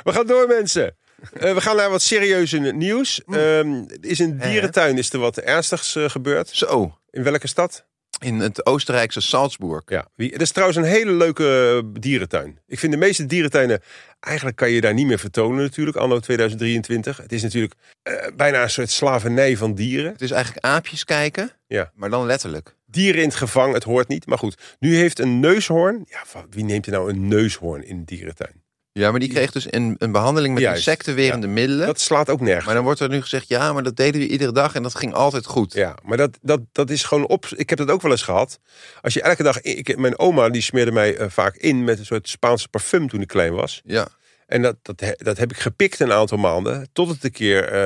C: We gaan door, mensen. Eh, we gaan naar wat serieuze
D: Mm.
C: nieuws. Ehm, er is in dierentuin is er wat ernstigs eh, gebeurd.
D: Zo,
C: In welke stad?
D: in het Oostenrijkse Salzburg.
C: Ja, wie, dat is trouwens een hele leuke eh, dierentuin. Ik vind de meeste dierentuinen, eigenlijk kan je daar niet meer vertonen natuurlijk, anno 2023. Het is natuurlijk eh, bijna een soort slavernij van dieren.
D: Het is eigenlijk aapjes kijken,
C: Ja.
D: maar dan letterlijk.
C: Dieren in het gevangen, het hoort niet. Maar goed, nu heeft een neushoorn, ja, van- wie neemt er nou een neushoorn in een dierentuin?
D: Ja, maar die kreeg dus een, een behandeling met
C: Juist,
D: insectenwerende middelen.
C: Dat slaat ook nergens.
D: Maar dan wordt er nu gezegd, ja, maar dat deden we iedere dag en dat ging altijd goed.
C: Ja, maar dat, dat, dat is gewoon op. Ik heb dat ook wel eens gehad. Als je elke dag. Ik, mijn oma die smeerde mij eh, vaak in met een soort Spaanse parfum toen ik klein was.
D: Ja,
C: En dat, dat, he- dat heb ik gepikt een aantal maanden. Tot het een keer. eh,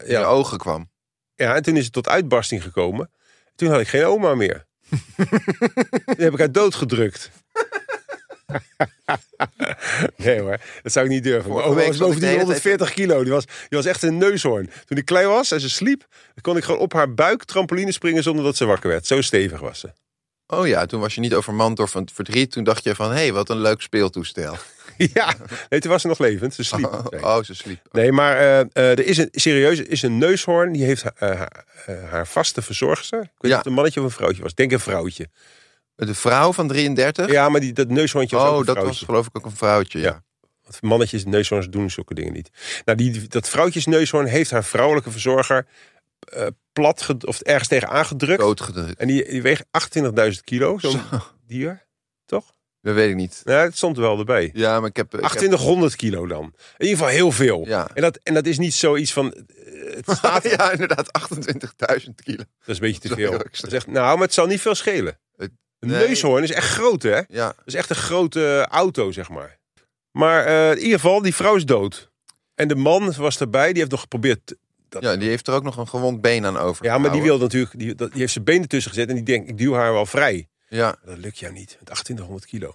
D: in de
C: ja,
D: ogen kwam.
C: ja, en toen is het tot uitbarsting gekomen. Toen had ik geen oma meer. toen heb ik haar doodgedrukt. nee hoor, dat zou ik niet durven. Maar
D: Vorige
C: oma
D: week
C: was
D: zat ik de
C: bovendien
D: hele
C: 140 kilo. Die was, die was echt een neushoorn. Toen ik klein was en ze sliep, kon ik gewoon op haar buik trampoline springen zonder dat ze wakker werd. Zo stevig was ze.
D: Oh ja, toen was je niet overmand door van het verdriet. Toen dacht je van, hé, hey, wat een leuk speeltoestel.
C: ja, nee, toen was ze nog levend. Ze sliep.
D: Oh,
C: zei ik.
D: oh, ze sliep.
C: Nee, maar eh, eh, er is een, serieus, er is een neushoorn. Die heeft eh, haar, eh, haar vaste verzorgster. Ik weet niet
D: Ja.
C: of het een mannetje of een vrouwtje was. Denk een vrouwtje.
D: De vrouw van 33?
C: Ja, maar die, dat neushoorntje was ook
D: oh,
C: een
D: dat
C: vrouwtje.
D: was geloof ik ook een vrouwtje, ja.
C: Ja. Want mannetjes, neushoorns doen zulke dingen niet. Nou, die, dat vrouwtjesneushoorn heeft haar vrouwelijke verzorger eh, plat ged- of ergens tegen aangedrukt.
D: Doodgedrukt.
C: En die, die weegt 28.000 kilo, zo'n dier. Toch?
D: Dat weet ik niet.
C: Nou, het stond er wel erbij.
D: Ja, maar ik heb... ik heb-
C: 2800 kilo dan. In ieder geval heel veel.
D: Ja.
C: En, dat, en dat is niet zoiets van. eh, Het staat. Dat
D: ja, inderdaad, 28.000 kilo.
C: is een beetje te
D: Sorry,
C: veel.
D: hoor, ik
C: Dat is echt- nou, maar het zal niet veel schelen.
D: Het-
C: Een
D: nee.
C: neushoorn is echt groot, hè?
D: Ja,
C: Dat is echt een grote auto, zeg maar. Maar eh, in ieder geval, die vrouw is dood. En de man was erbij, die heeft nog geprobeerd. te- Dat, ja,
D: ja, die heeft er ook nog een gewond been aan over.
C: maar die wil natuurlijk, die, dat- die heeft zijn benen tussen gezet en die denkt, ik duw haar wel vrij.
D: Ja,
C: Maar dat lukt jou niet, met 2800 kilo.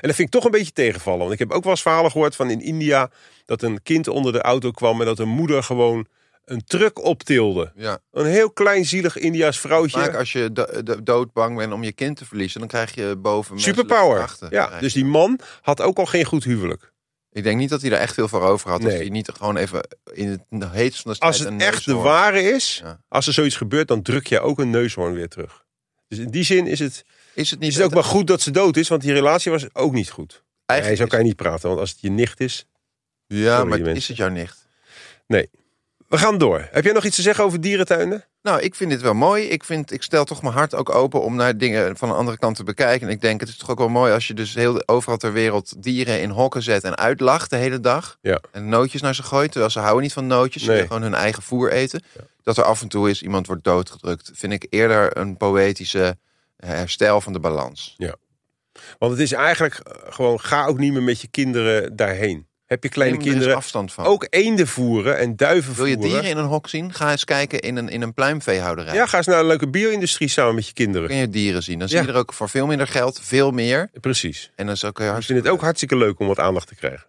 C: En dat vind ik toch een beetje tegenvallen. Want ik heb ook wel eens verhalen gehoord van in India dat een kind onder de auto kwam en dat een moeder gewoon een truck optilde.
D: ja.
C: Een heel klein zielig India's
D: Vaak
C: vrouwtje.
D: als je do- do- doodbang bent om je kind te verliezen, dan krijg je boven
C: Superpower.
D: krachten.
C: Ja, dus die man had ook al geen goed huwelijk.
D: Ik denk niet dat hij daar echt veel voor over had. Als
C: Nee.
D: hij niet gewoon even in het heetst van de strijd
C: Als het
D: een
C: echt de
D: neushoorn-
C: ware is,
D: Ja.
C: als er zoiets gebeurt, dan druk je ook een neushoorn weer terug. Dus in die zin is het,
D: Is het niet
C: is het ook maar goed dat ze dood is, want die relatie was ook niet goed. Nee, zo
D: eigenlijk
C: kan je niet praten, want als het je nicht is.
D: is- Ja,
C: Sorry,
D: maar
C: mensen.
D: is het jouw nicht?
C: We gaan door. Heb jij nog iets te zeggen over dierentuinen?
D: Nou, ik vind dit wel mooi. Ik, vind, ik stel toch mijn hart ook open om naar dingen van de andere kant te bekijken. En ik denk, het is toch ook wel mooi als je dus heel overal ter wereld dieren in hokken zet en uitlacht de hele dag.
C: Ja.
D: En nootjes naar ze gooit, terwijl ze houden niet van nootjes. Ze
C: Nee.
D: willen gewoon hun eigen voer eten. Dat er af en toe is iemand wordt doodgedrukt, vind ik eerder een poëtische eh, herstel van de balans.
C: Want het is eigenlijk eh, gewoon, ga ook niet meer met je kinderen daarheen. Heb je kleine
D: Neem er eens
C: kinderen,
D: afstand van.
C: ook eenden voeren en duiven
D: Wil je
C: voeren.
D: dieren in een hok zien? Ga eens kijken in een, in een pluimveehouderij.
C: Ja, ga eens naar een leuke bio-industrie samen met je
D: kun
C: kinderen.
D: je dieren zien. Dan zie
C: Ja.
D: je er ook voor veel minder geld, veel meer.
C: Precies.
D: En dan is ook
C: Ik vind
D: hartstikke
C: Nou, het ook hartstikke leuk om wat aandacht te krijgen.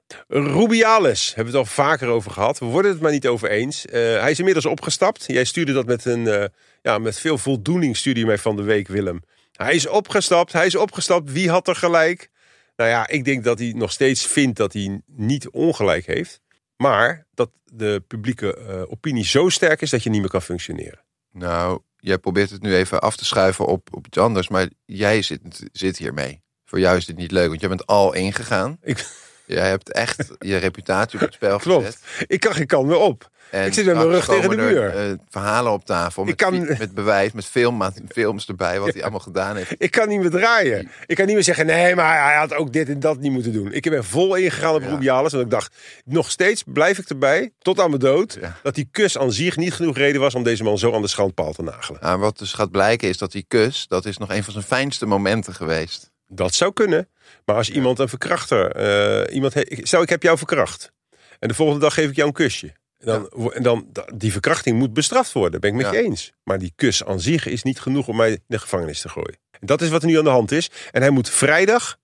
C: Rubiales, hebben we het al vaker over gehad. We worden het maar niet over eens. Eh, hij is inmiddels opgestapt. Jij stuurde dat met, een, eh, ja, met veel voldoening, stuurde je mij van de week, Willem. Hij is opgestapt, hij is opgestapt. Wie had er gelijk? Nou ja, ik denk dat hij nog steeds vindt dat hij niet ongelijk heeft. Maar dat de publieke eh, opinie zo sterk is dat je niet meer kan functioneren.
D: Nou, jij probeert het nu even af te schuiven op, op iets anders, maar jij zit, zit hiermee. Voor jou is dit niet leuk, want jij bent al ingegaan.
C: Ik-
D: Jij hebt echt je reputatie op het spel
C: Klopt.
D: gezet.
C: Ik kan geen kan meer op.
D: En
C: Ik zit met mijn
D: straks
C: rug tegen
D: komen
C: de
D: er, eh, verhalen op tafel met,
C: Ik kan-
D: fi- met bewijs, met film, films erbij, wat hij allemaal gedaan heeft.
C: Ik kan niet meer draaien. Ik kan niet meer zeggen, nee, maar hij had ook dit en dat niet moeten doen. Ik ben vol ingegaan op
D: Ja.
C: Rubiales. Want ik dacht, nog steeds blijf ik erbij, tot aan mijn dood...
D: Ja.
C: dat die kus aan zich niet genoeg reden was... om deze man zo aan de schandpaal te nagelen.
D: Nou, wat dus gaat blijken is dat die kus, dat is nog een van zijn fijnste momenten geweest.
C: Dat zou kunnen. Maar als iemand een verkrachter... eh, iemand he- ik- stel, ik heb jou verkracht. En de volgende dag geef ik jou een kusje. En dan, wo- en dan, da- die verkrachting moet bestraft worden. Ben ik met
D: Ja.
C: je eens. Maar die kus aan zich is niet genoeg om mij in de gevangenis te gooien. En dat is wat er nu aan de hand is. En hij moet vrijdag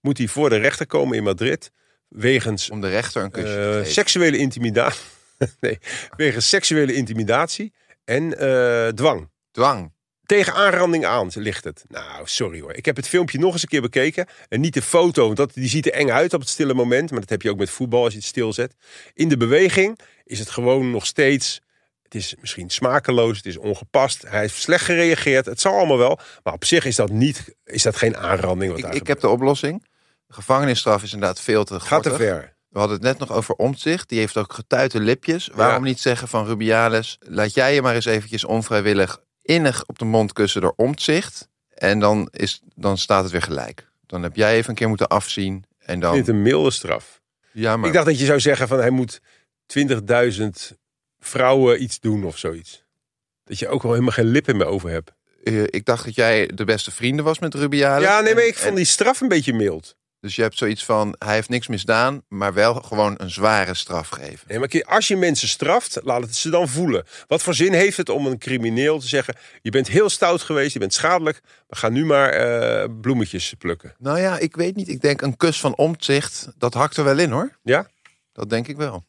C: moet hij voor de rechter komen in Madrid. Wegens
D: Om de rechter een kusje
C: eh,
D: te geven.
C: seksuele intimidatie. nee, wegens seksuele intimidatie en eh, dwang.
D: Dwang.
C: Tegen aanranding aan ligt het. Nou, sorry hoor. Ik heb het filmpje nog eens een keer bekeken. En niet de foto, want dat, die ziet er eng uit op het stille moment. Maar dat heb je ook met voetbal als je het stilzet. In de beweging is het gewoon nog steeds... Het is misschien smakeloos, het is ongepast, hij heeft slecht gereageerd, het zal allemaal wel. Maar op zich is dat, niet, is dat geen aanranding. Wat
D: Ik,
C: daar
D: ik heb
C: gebeurt.
D: de oplossing. De gevangenisstraf is inderdaad veel te
C: Gaat te
D: gortig.
C: ver.
D: We hadden het net nog over Omtzigt. Die heeft ook getuite lipjes. Waarom niet zeggen van Rubiales... laat jij je maar eens eventjes onvrijwillig innig op de mond kussen door Omtzigt. En dan, is, dan staat het weer gelijk. Dan heb jij even een keer moeten afzien. En dan...
C: Dit een milde straf.
D: Ja, maar
C: Ik dacht dat je zou zeggen van hij moet 20.000 vrouwen iets doen of zoiets. Dat je ook wel helemaal geen lippen meer over hebt.
D: eh, ik dacht dat jij de beste vrienden was met Rubiales.
C: Ja, nee, maar
D: En-
C: ik
D: en-
C: vond die straf een beetje mild.
D: Dus je hebt zoiets van... hij heeft niks misdaan, maar wel gewoon een zware straf geven.
C: Nee, maar kijk, als je mensen straft, laat het ze dan voelen. Wat voor zin heeft het om een crimineel te zeggen: je bent heel stout geweest, je bent schadelijk, we gaan nu maar eh, bloemetjes plukken.
D: Nou ja, ik weet niet. Ik denk een kus van Omtzigt, dat hakt er wel in hoor.
C: Ja? Oké.
D: Dat denk ik wel.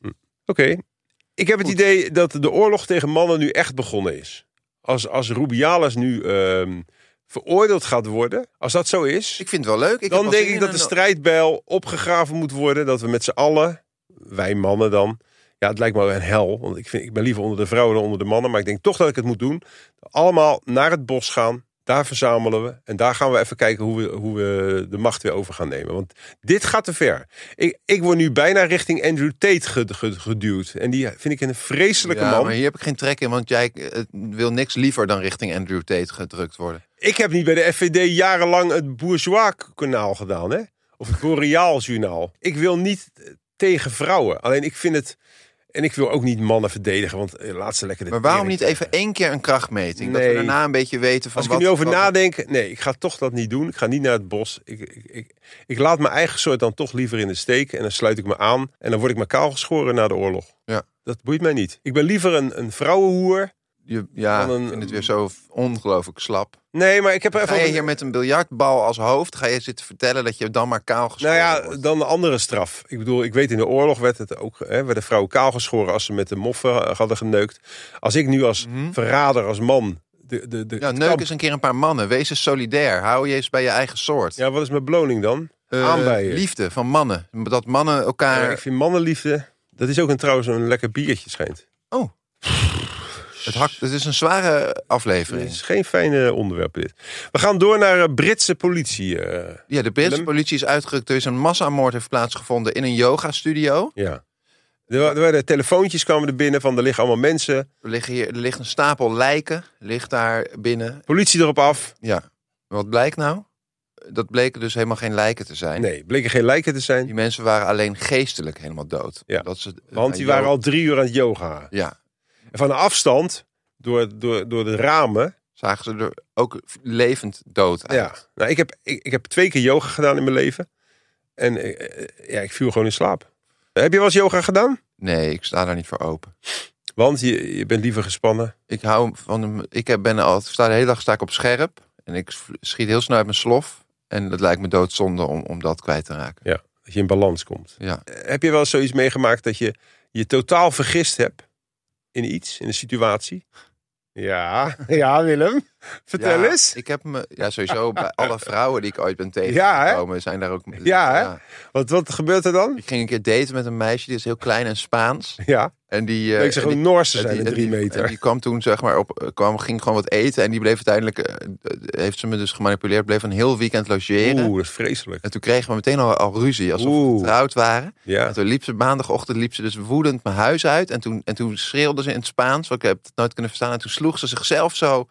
C: Ik heb het idee dat de oorlog tegen mannen nu echt begonnen is. Als, als Rubiales nu ehm, veroordeeld gaat worden, als dat zo is,
D: Ik vind het wel leuk. Ik heb
C: dan
D: wel
C: denk
D: zin
C: ik
D: in
C: dat de
D: een-
C: strijdbijl opgegraven moet worden. Dat we met z'n allen, wij mannen dan. Ja, het lijkt me wel een hel. Want ik, vind, ik ben liever onder de vrouwen dan onder de mannen. Maar ik denk toch dat ik het moet doen. Allemaal naar het bos gaan. Daar verzamelen we. En daar gaan we even kijken hoe we, hoe we de macht weer over gaan nemen. Want dit gaat te ver. Ik, ik word nu bijna richting Andrew Tate ged- ged- geduwd. En die vind ik een vreselijke
D: Ja,
C: man.
D: maar hier heb ik geen trek in, want jij eh, wil niks liever dan richting Andrew Tate gedrukt worden.
C: Ik heb niet bij de FVD jarenlang het Bourgeois-kanaal gedaan, hè? Of het Boreaal-journaal. Ik wil niet eh, tegen vrouwen. Alleen ik vind het... En ik wil ook niet mannen verdedigen, want eh, laat ze lekker de
D: Maar waarom
C: tering
D: niet even één keer een krachtmeting? Dat we
C: Nee.
D: daarna een beetje weten van
C: Als ik er
D: wat...
C: nu over
D: wat-
C: nadenk, nee, ik ga toch dat niet doen. Ik ga niet naar het bos. Ik, ik, ik, ik laat mijn eigen soort dan toch liever in de steek. En dan sluit ik me aan. En dan word ik me kaal geschoren na de oorlog.
D: Ja.
C: Dat boeit mij niet. Ik ben liever een, een vrouwenhoer.
D: Je, ja,
C: Van een-
D: ik vind het weer zo ongelooflijk slap.
C: Nee, maar ik heb er even...
D: Ga je
C: over-
D: hier met een biljartbal als hoofd, ga je zitten vertellen dat je dan maar kaal
C: Nou
D: geschoren
C: ja,
D: wordt?
C: dan een andere straf. Ik bedoel, ik weet in de oorlog werd het ook, hè, werden vrouwen kaal geschoren als ze met de moffen eh, hadden geneukt. Als ik nu als verrader, als man. De, de, de,
D: Mhm. Ja,
C: het
D: neuk
C: kamp-
D: eens een keer een paar mannen. Wees eens solidair. Hou je eens bij je eigen soort.
C: Ja, wat is mijn beloning dan?
D: Eh,
C: Aanbijen.
D: liefde van mannen. Dat mannen elkaar...
C: Ja, ik vind mannenliefde. Dat is ook een, trouwens een lekker biertje, schijnt.
D: Oh. Het, hakt, het is een zware
C: Het
D: aflevering.
C: is geen fijne onderwerp, dit. We gaan door naar eh, Britse politie. eh,
D: Ja, de Britse
C: Willem?
D: politie is uitgerukt. Er is een massamoord heeft plaatsgevonden in een yogastudio.
C: ja. Er, wa- er werden telefoontjes kwamen er binnen van er liggen allemaal mensen.
D: Er, liggen hier, er ligt een stapel lijken, ligt daar binnen.
C: Politie erop af.
D: Ja, wat blijkt nou? Dat bleken dus helemaal geen lijken te zijn.
C: Nee, bleken geen lijken te zijn.
D: Die mensen waren alleen geestelijk helemaal dood.
C: Ja,
D: Dat ze,
C: Want die waren
D: ja,
C: al drie uur aan het yoga.
D: Ja,
C: En van een afstand, door, door, door de ramen.
D: zagen ze er ook levend dood uit.
C: Ja. Nou, ik, heb, ik, ik heb twee keer yoga gedaan in mijn leven. En eh, eh, ja, ik viel gewoon in slaap. Heb je wel eens yoga gedaan?
D: Nee, ik sta daar niet voor open.
C: Want je, je bent liever gespannen.
D: Ik hou van hem. Ik heb, ben al, sta de hele dag sta ik op scherp. En ik v- schiet heel snel uit mijn slof. En dat lijkt me doodzonde om, om dat kwijt te raken.
C: Ja, dat je in balans komt.
D: Ja.
C: Eh, Heb je wel eens zoiets meegemaakt dat je je totaal vergist hebt in iets, in een situatie? Ja, ja Willem. Vertel
D: ja,
C: eens.
D: Ik heb me, ja, sowieso bij alle vrouwen die ik ooit ben
C: Ja, hè?
D: tegengekomen, zijn daar ook.
C: Ja, hè? Wat, wat gebeurt er dan?
D: Ik ging een keer daten met een meisje, die is heel klein en Spaans.
C: Ja,
D: En die. eh,
C: ik zeg
D: en
C: gewoon
D: die-
C: Noorse
D: en
C: zijn
D: die-
C: de
D: en
C: drie
D: die-
C: meter.
D: en die kwam toen, zeg maar, op, eh, kwam, ging gewoon wat eten. En die bleef uiteindelijk, eh, eh, heeft ze me dus gemanipuleerd, bleef een heel weekend logeren.
C: Oeh, dat is vreselijk.
D: En toen kregen we meteen al, al ruzie, alsof we
C: Oeh.
D: getrouwd waren.
C: Ja.
D: En toen liep ze maandagochtend liep ze dus woedend mijn huis uit. En toen, en toen schreeuwde ze in het Spaans, want ik heb het nooit kunnen verstaan. En toen sloeg ze zichzelf zo op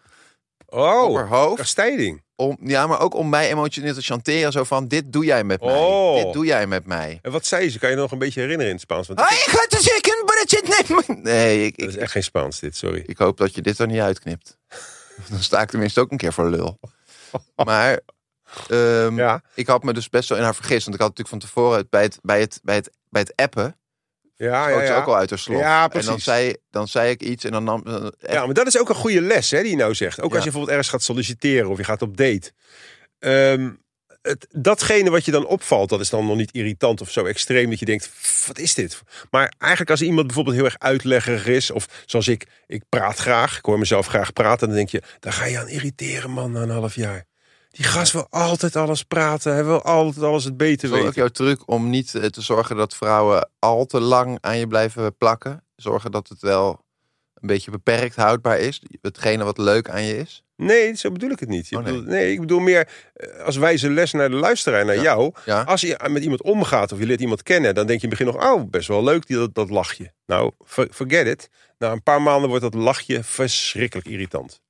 D: haar
C: Oh,
D: hoofd.
C: kastijding.
D: Om, ja, maar ook om mij emotioneel te chanteren. Zo van, dit doe jij met mij.
C: Oh.
D: Dit doe jij met mij.
C: En wat zei ze? Kan je nog een beetje herinneren in het Spaans? Want
D: Hij gaat er zeker een barretje nemen. Nee, ik,
C: dat is
D: Ah, ik,
C: echt geen Spaans dit, sorry.
D: ik hoop dat je dit er niet uitknipt. Dan sta ik tenminste ook een keer voor lul. Maar ehm,
C: Ja,
D: ik had me dus best wel in haar vergist. Want ik had natuurlijk van tevoren het- bij het, bij het, bij het, bij het appen...
C: ja, Ah, ja.
D: schoot ze
C: Ja.
D: ook al uit haar slof.
C: Ja,
D: en dan
C: precies.
D: zei, dan zei ik iets en dan nam... eh,
C: ja, maar dat is ook een goede les hè, die je nou zegt. Ook
D: Ja.
C: als je bijvoorbeeld ergens gaat solliciteren of je gaat op date. Ehm, het, datgene wat je dan opvalt, dat is dan nog niet irritant of zo extreem. Dat je denkt, "Pff, wat is dit? Maar eigenlijk als iemand bijvoorbeeld heel erg uitleggerig is. Of zoals ik, ik praat graag. Ik hoor mezelf graag praten. Dan denk je, daar ga je aan irriteren man na een half jaar. Die gast wil altijd alles praten. Hij wil altijd alles het beter
D: Dat is wel
C: weten.
D: ook jouw truc om niet eh, te zorgen dat vrouwen al te lang aan je blijven plakken. Zorgen dat het wel een beetje beperkt houdbaar is. Hetgene wat leuk aan je is.
C: Nee, zo bedoel ik het niet. Je
D: Oh, nee.
C: bedoelt- nee. ik bedoel meer eh, als wijze les naar de luisteraar, naar
D: Ja.
C: jou.
D: Ja.
C: Als je met iemand omgaat of je leert iemand kennen, dan denk je in het begin nog, oh, best wel leuk, die, dat, dat lachje. Nou, for- forget it. Na een paar maanden wordt dat lachje verschrikkelijk irritant.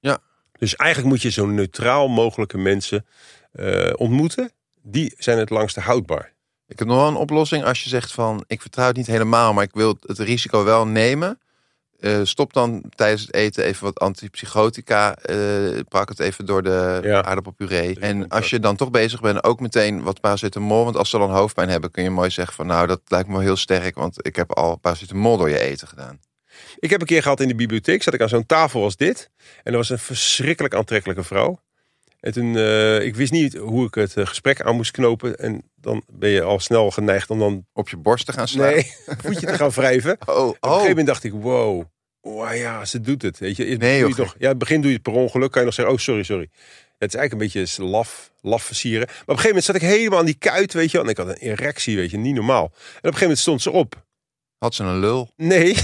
D: Ja.
C: Dus eigenlijk moet je zo neutraal mogelijke mensen eh, ontmoeten. Die zijn het langste houdbaar.
D: Ik heb nog wel een oplossing als je zegt van ik vertrouw het niet helemaal, maar ik wil het risico wel nemen. Eh, stop dan tijdens het eten even wat antipsychotica. eh pak het even door de
C: Ja.
D: aardappelpuree. En
C: ook.
D: als je dan toch bezig bent, ook meteen wat paracetamol. Want als ze dan hoofdpijn hebben, kun je mooi zeggen van nou, dat lijkt me wel heel sterk. Want ik heb al paracetamol door je eten gedaan.
C: Ik heb een keer gehad in de bibliotheek, zat ik aan zo'n tafel als dit. En er was een verschrikkelijk aantrekkelijke vrouw. En toen, eh, ik wist niet hoe ik het eh, gesprek aan moest knopen. En dan ben je al snel geneigd om dan
D: Op je borst te gaan slaan.
C: nee, voetje te gaan wrijven. Op
D: Oh,
C: een gegeven
D: oh.
C: moment dacht ik, wow. Oh ja, ze doet het. Weet je. Eerst
D: Nee,
C: doe je
D: joh, gek.
C: toch, ja, in het begin doe je het per ongeluk. Kan je nog zeggen, oh sorry, sorry. Ja, het is eigenlijk een beetje laf, laf versieren. Maar op een gegeven moment zat ik helemaal aan die kuit, weet je. wel. En ik had een erectie, weet je, niet normaal. En op een gegeven moment stond ze op.
D: Had ze een lul.
C: Nee.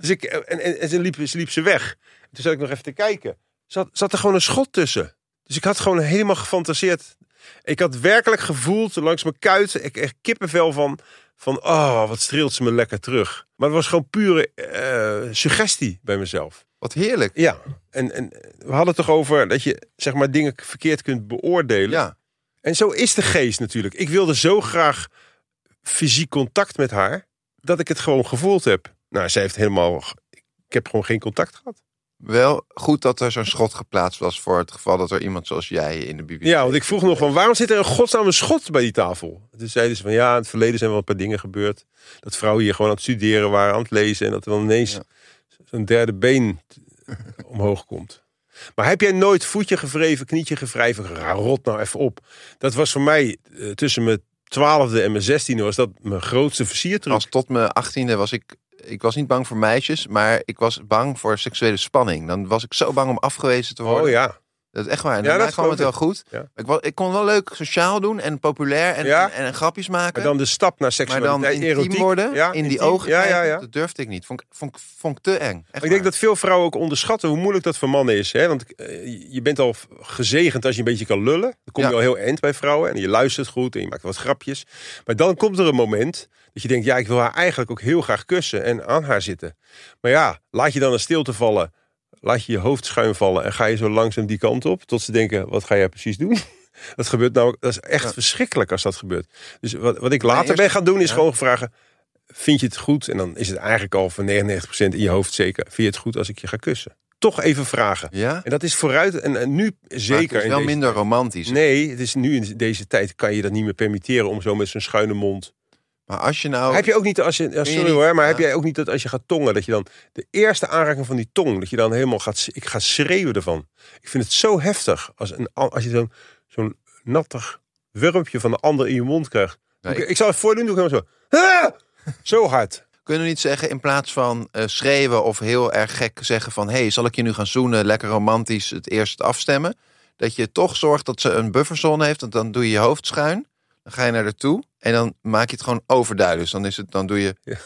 C: dus ik, en, en, en ze, liep, ze liep ze weg. Toen zat ik nog even te kijken. Zat, zat er gewoon een schot tussen. Dus ik had gewoon helemaal gefantaseerd. Ik had werkelijk gevoeld langs mijn kuit. Ik echt kippenvel van. Van oh, wat streelt ze me lekker terug. Maar het was gewoon pure eh, suggestie bij mezelf.
D: Wat heerlijk.
C: Ja. En, en we hadden het toch over dat je zeg maar dingen verkeerd kunt beoordelen.
D: Ja.
C: En zo is de geest natuurlijk. Ik wilde zo graag fysiek contact met haar, dat ik het gewoon gevoeld heb. Nou, zij heeft helemaal. Ik heb gewoon geen contact gehad.
D: Wel goed dat er zo'n schot geplaatst was voor het geval dat er iemand zoals jij in de bibliotheek...
C: Ja, want ik vroeg nog van waarom zit er een godsnaam een schot bij die tafel? Toen zeiden ze van ja, in het verleden zijn wel een paar dingen gebeurd. Dat vrouwen hier gewoon aan het studeren waren, aan het lezen. En dat er dan ineens
D: Ja.
C: zo'n derde been t- omhoog komt. Maar heb jij nooit voetje gevreven, knietje gevrijven? Ra- Rot nou even op. Dat was voor mij eh, tussen mijn twaalfde en mijn zestiende was dat mijn grootste versiertruc.
D: Als tot mijn achttiende was ik... Ik was niet bang voor meisjes, maar ik was bang voor seksuele spanning. Dan was ik zo bang om afgewezen te worden.
C: Oh ja.
D: Dat is echt waar. En
C: Ja,
D: daarna
C: dat
D: kwam het
C: geloof
D: wel goed.
C: Ja.
D: Ik, was, ik kon wel leuk sociaal doen en populair en,
C: Ja.
D: en, en grapjes maken.
C: Maar dan de stap naar
D: maar dan
C: seksualiteit,
D: intiem
C: erotiek.
D: worden,
C: Ja,
D: in die
C: intiem.
D: ogen
C: Ja, ja,
D: kijken,
C: ja.
D: dat durfde ik niet. Vond, ik- vond, ik- vond ik te eng. Echt
C: Ik denk
D: waar.
C: dat veel vrouwen ook onderschatten hoe moeilijk dat voor mannen is. Hè? Want eh, je bent al gezegend als je een beetje kan lullen. Dan kom je
D: Ja.
C: al heel eind bij vrouwen. En je luistert goed en je maakt wat grapjes. Maar dan komt er een moment dat je denkt... ja, ik wil haar eigenlijk ook heel graag kussen en aan haar zitten. Maar ja, laat je dan een stilte vallen. Laat je je hoofd schuin vallen en ga je zo langzaam die kant op. Tot ze denken, wat ga jij precies doen? Dat gebeurt nou, dat is echt
D: Ja.
C: verschrikkelijk als dat gebeurt. Dus wat, wat ik later
D: eerste-
C: ben gaan doen is
D: ja.
C: gewoon vragen: vind je het goed? En dan is het eigenlijk al van 99% in je hoofd zeker. Vind je het goed als ik je ga kussen? Toch even vragen.
D: Ja? Maar
C: En dat is vooruit en, en nu
D: het
C: zeker.
D: is
C: in
D: wel
C: deze-
D: minder romantisch.
C: Nee, het is nu in deze tijd kan je dat niet meer permitteren om zo met zo'n schuine mond.
D: Maar als je nou...
C: Heb je ook niet als je, ja,
D: je
C: sorry
D: niet-
C: hoor, maar
D: ja.
C: heb jij ook niet dat als je gaat tongen dat je dan de eerste aanraking van die tong dat je dan helemaal gaat, ik ga schreeuwen ervan. Ik vind het zo heftig als een als je zo'n zo'n nattig wurmpje van de ander in je mond krijgt.
D: Nee,
C: ik, ik zal het voordoen, doe ik helemaal zo. Ah! Zo hard.
D: Kunnen we niet zeggen, in plaats van eh, schreeuwen of heel erg gek zeggen van... hey, zal ik je nu gaan zoenen, lekker romantisch het eerst afstemmen? Dat je toch zorgt dat ze een bufferzone heeft, want dan doe je je hoofd schuin. Dan ga je naar haar toe en dan maak je het gewoon overduidelijk. Dus dan, is het, dan doe je...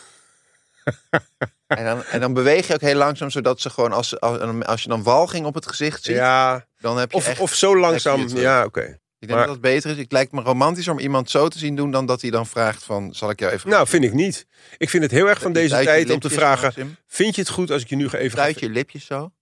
D: En, dan, en dan beweeg je ook heel langzaam, zodat ze gewoon... als, ze- als, als je dan walging op het gezicht ziet,
C: Ja,
D: dan heb je eh,
C: of,
D: echt...
C: of zo langzaam.
D: echt hier
C: Ja, oké.
D: ik denk
C: maar-
D: dat dat beter is. Het lijkt me romantischer om iemand zo te zien doen... dan dat hij dan vraagt van, zal ik jou even...
C: Nou, vind ik niet. Ik vind het heel erg van
D: Je
C: deze
D: duit je
C: tijd om te
D: lipjes,
C: vragen:
D: Maxim.
C: vind je het goed als ik je nu ga even. ga-
D: Duit je lipjes zo.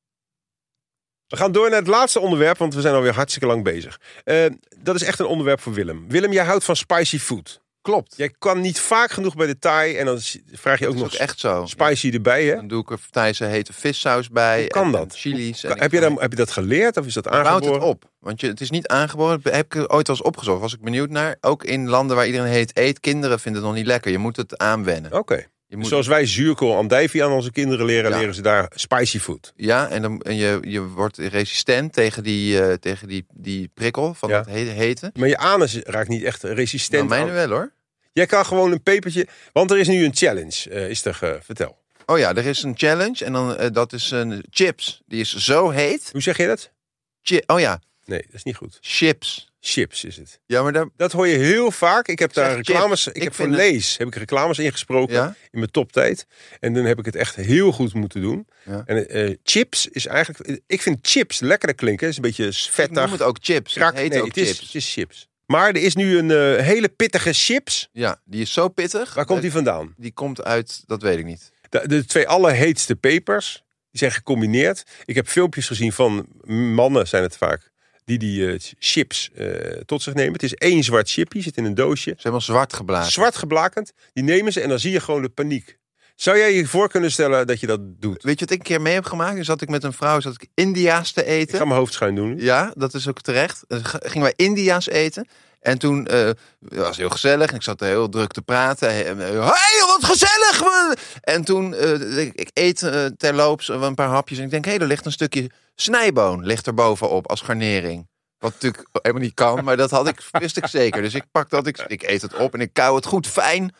C: We gaan door naar het laatste onderwerp, want we zijn alweer hartstikke lang bezig. Eh, dat is echt een onderwerp voor Willem. Willem, jij houdt van spicy food.
D: Klopt.
C: Jij kan niet vaak genoeg bij de Thai en dan s- vraag je ook
D: Dat is
C: nog
D: ook echt zo.
C: spicy erbij. Hè?
D: Dan doe ik er Thaise hete vissaus bij.
C: Hoe kan
D: en-
C: dat?
D: En chili's. En
C: Heb, je
D: ik-
C: dan, heb je dat geleerd of is dat
D: Ik bouwt het
C: aangeboren?
D: op. Want je, het is niet aangeboren. Dat heb ik ooit wel eens opgezocht. Was ik benieuwd naar. Ook in landen waar iedereen heet eet. Kinderen vinden het nog niet lekker. Je moet het aanwennen.
C: Oké.
D: Je moet,
C: Zoals wij zuurkool andijvie aan onze kinderen leren,
D: Ja.
C: leren ze daar spicy food.
D: Ja, en, dan, en je, je wordt resistent tegen die, eh, tegen die, die prikkel van
C: Ja.
D: het hete. hete.
C: Maar je anus raakt niet echt
D: Nou,
C: resistent.
D: mijne
C: aan-
D: wel hoor.
C: Jij kan gewoon een pepertje. Want er is nu een challenge, eh, is er. eh, vertel.
D: Oh ja, er is een challenge. En dan, eh, dat is een chips. Die is zo heet.
C: Hoe zeg je dat?
D: Chi- oh ja,
C: Nee, dat is niet goed.
D: chips.
C: Chips is het.
D: Ja, maar daar...
C: Dat hoor je heel vaak. Ik heb
D: Zeg
C: daar reclames.
D: chips.
C: Ik,
D: Ik
C: heb voor
D: vind het-
C: Lees heb ik reclames ingesproken
D: Ja?
C: in mijn toptijd. En dan heb ik het echt heel goed moeten doen.
D: Ja.
C: En eh, chips is eigenlijk. Ik vind chips lekkerder klinken. Het is een beetje
D: Ik noem
C: vettig.
D: het ook chips.
C: Krak,
D: het heet
C: nee,
D: ook
C: het is,
D: chips.
C: het is chips. Maar er is nu een eh, hele pittige chips.
D: Ja, die is zo pittig.
C: Waar komt die
D: Eh,
C: vandaan?
D: Die komt uit, dat weet ik niet.
C: De, de twee allerheetste pepers die zijn gecombineerd. Ik heb filmpjes gezien van mannen, zijn het vaak, die die eh, chips eh, tot zich nemen. Het is één zwart chipje, zit in een doosje.
D: Ze hebben al zwart geblazen.
C: Zwart geblakend. Die nemen ze en dan zie je gewoon de paniek. Zou jij je voor kunnen stellen dat je dat doet?
D: Weet je wat ik een keer mee heb gemaakt? Dan zat ik met een vrouw, zat ik India's te
C: Ik
D: eten.
C: ga mijn hoofd schuin doen. nu.
D: Ja, dat is ook terecht. Dan g- gingen wij India's eten. En toen eh, was heel gezellig. En ik zat heel druk te praten. En, eh, hey, joh, wat gezellig! man!" En toen, eh, ik, ik eet eh, terloops een paar hapjes. En ik denk, hé, er ligt een stukje snijboon ligt er bovenop als garnering. Wat natuurlijk helemaal niet kan, maar dat had ik, wist ik zeker. Dus ik pak dat, ik, ik eet het op en ik kauw het goed fijn.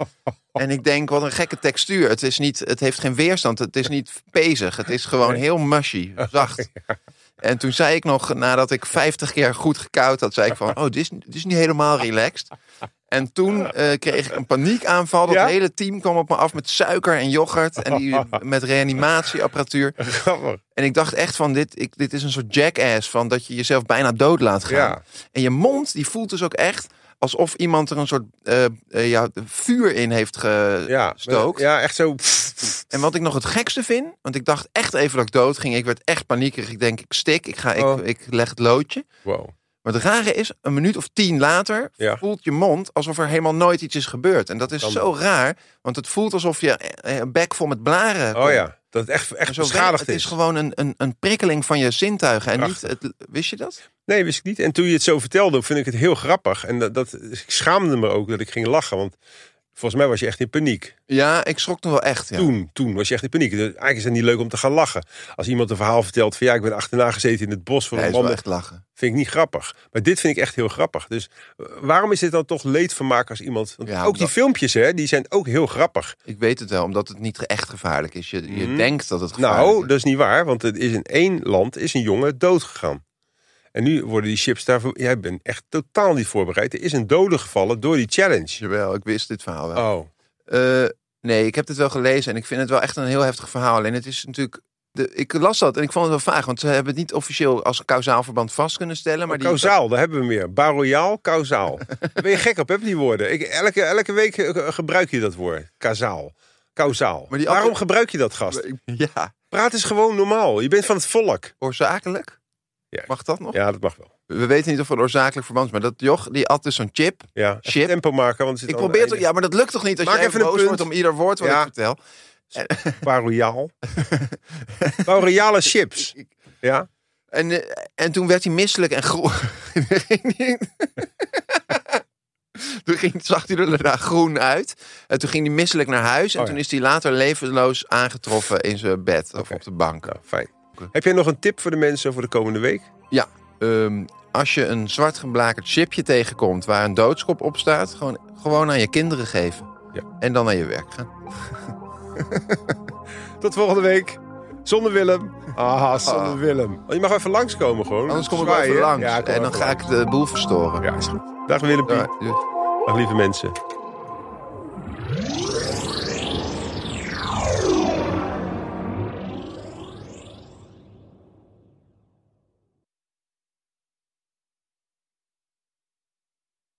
D: En ik denk, wat een gekke textuur. Het, is niet, het heeft geen weerstand, het is niet pezig. Het is gewoon heel mushy, zacht. En toen zei ik nog, nadat ik 50 keer goed gekauwd had, zei ik van, oh, dit is, dit is niet helemaal relaxed. En toen eh, kreeg ik een paniekaanval. Dat
C: Ja?
D: hele team kwam op me af met suiker en yoghurt. En die met reanimatieapparatuur.
C: Grappig.
D: En ik dacht echt van, dit, ik, dit is een soort jackass van dat je jezelf bijna dood laat gaan.
C: Ja.
D: En je mond, die voelt dus ook echt alsof iemand er een soort eh, eh, ja, vuur in heeft
C: Ja,
D: gestookt.
C: ja, echt zo.
D: En wat ik nog het gekste vind, want ik dacht echt even dat ik dood ging. Ik werd echt paniekerig. Ik denk, ik stik, ik, ga, ik,
C: Oh.
D: ik leg het loodje.
C: Wow.
D: Maar het rare is, een minuut of tien later
C: Ja.
D: voelt je mond alsof er helemaal nooit iets is gebeurd. En dat is
C: Kan
D: zo raar, want het voelt alsof je eh, een bek vol met blaren
C: Oh
D: komt.
C: ja, dat het echt, echt
D: En zo werkt-
C: beschadigd
D: het
C: is.
D: is gewoon een, een, een prikkeling van je zintuigen. En
C: Prachtig.
D: niet het, wist je dat?
C: Nee, wist ik niet. En toen je het zo vertelde, vind ik het heel grappig. En dat, dat, ik schaamde me ook dat ik ging lachen. Want volgens mij was je echt in paniek.
D: Ja, ik schrok toen wel echt. Ja.
C: Toen, toen was je echt in paniek. Dus eigenlijk is het niet leuk om te gaan lachen. Als iemand een verhaal vertelt van ja, ik ben achterna gezeten in het bos voor
D: Hij
C: een
D: is wel
C: man.
D: echt lachen.
C: Vind ik niet grappig. Maar dit vind ik echt heel grappig. Dus eh, waarom is dit dan toch leedvermaak als iemand... Want
D: Ja,
C: ook die
D: omdat-
C: filmpjes, hè, die zijn ook heel grappig.
D: Ik weet het wel, omdat het niet echt gevaarlijk is. Je, je
C: Mhm.
D: denkt dat het gevaarlijk
C: Nou,
D: is.
C: dat is niet waar. Want het is in één land is een jongen doodgegaan. En nu worden die chips daarvoor... Jij bent echt totaal niet voorbereid. Er is een dode gevallen door die challenge.
D: Jawel, ik wist dit verhaal wel.
C: Oh.
D: Eh, nee, ik heb dit wel gelezen en ik vind het wel echt een heel heftig verhaal. Alleen het is natuurlijk. De, ik las dat en ik vond het wel vaag, want ze hebben het niet officieel als kausaal verband vast kunnen stellen. Maar die,
C: Oh, Kausaal, daar hebben we hem weer. Baroyaal, kausaal. Daar ben je gek op, heb je die woorden? Ik, elke, elke week eh, gebruik je dat woord. Kausaal. Kausaal.
D: Maar die
C: Waarom
D: appel-
C: gebruik je dat, gast?
D: Ja,
C: Praat eens gewoon normaal. Je bent van het volk.
D: oorzakelijk.
C: Ja.
D: Mag dat nog?
C: Ja, dat mag wel.
D: We weten niet of er een oorzakelijk verband is, maar dat joch die at dus zo'n chip.
C: Ja, even
D: Chip.
C: tempo maken. Want er zit
D: Ik
C: al een
D: probeer toch,
C: einde.
D: ja, maar dat lukt toch niet als
C: Maak
D: je
C: even een
D: boos
C: punt.
D: wordt om ieder woord wat
C: Ja.
D: ik vertel.
C: Baroyaal. Baroyale chips. Ja.
D: En, eh, en toen werd hij misselijk en groen. toen ging hij- toen ging, zag hij er daar groen uit. En toen ging hij misselijk naar huis. En
C: Oh ja.
D: toen is hij later levenloos aangetroffen in zijn bed of op de bank.
C: Nou, fijn. Heb jij nog een tip voor de mensen voor de komende week?
D: Ja, ehm, als je een zwart geblakerd chipje tegenkomt waar een doodskop op staat, gewoon, gewoon aan je kinderen geven.
C: Ja.
D: En dan naar je werk gaan.
C: Tot volgende week. Zonder Willem. Ah, zonder
D: Ah.
C: Willem. Oh, je mag even langskomen gewoon.
D: Anders kom ik wel
C: Zwaaien.
D: even langs.
C: Ja, kom
D: en dan
C: even
D: ga ik de boel verstoren.
C: langs. Ja, is goed. Dag Willempie.
D: Ja, dus- doei.
C: Dag lieve mensen.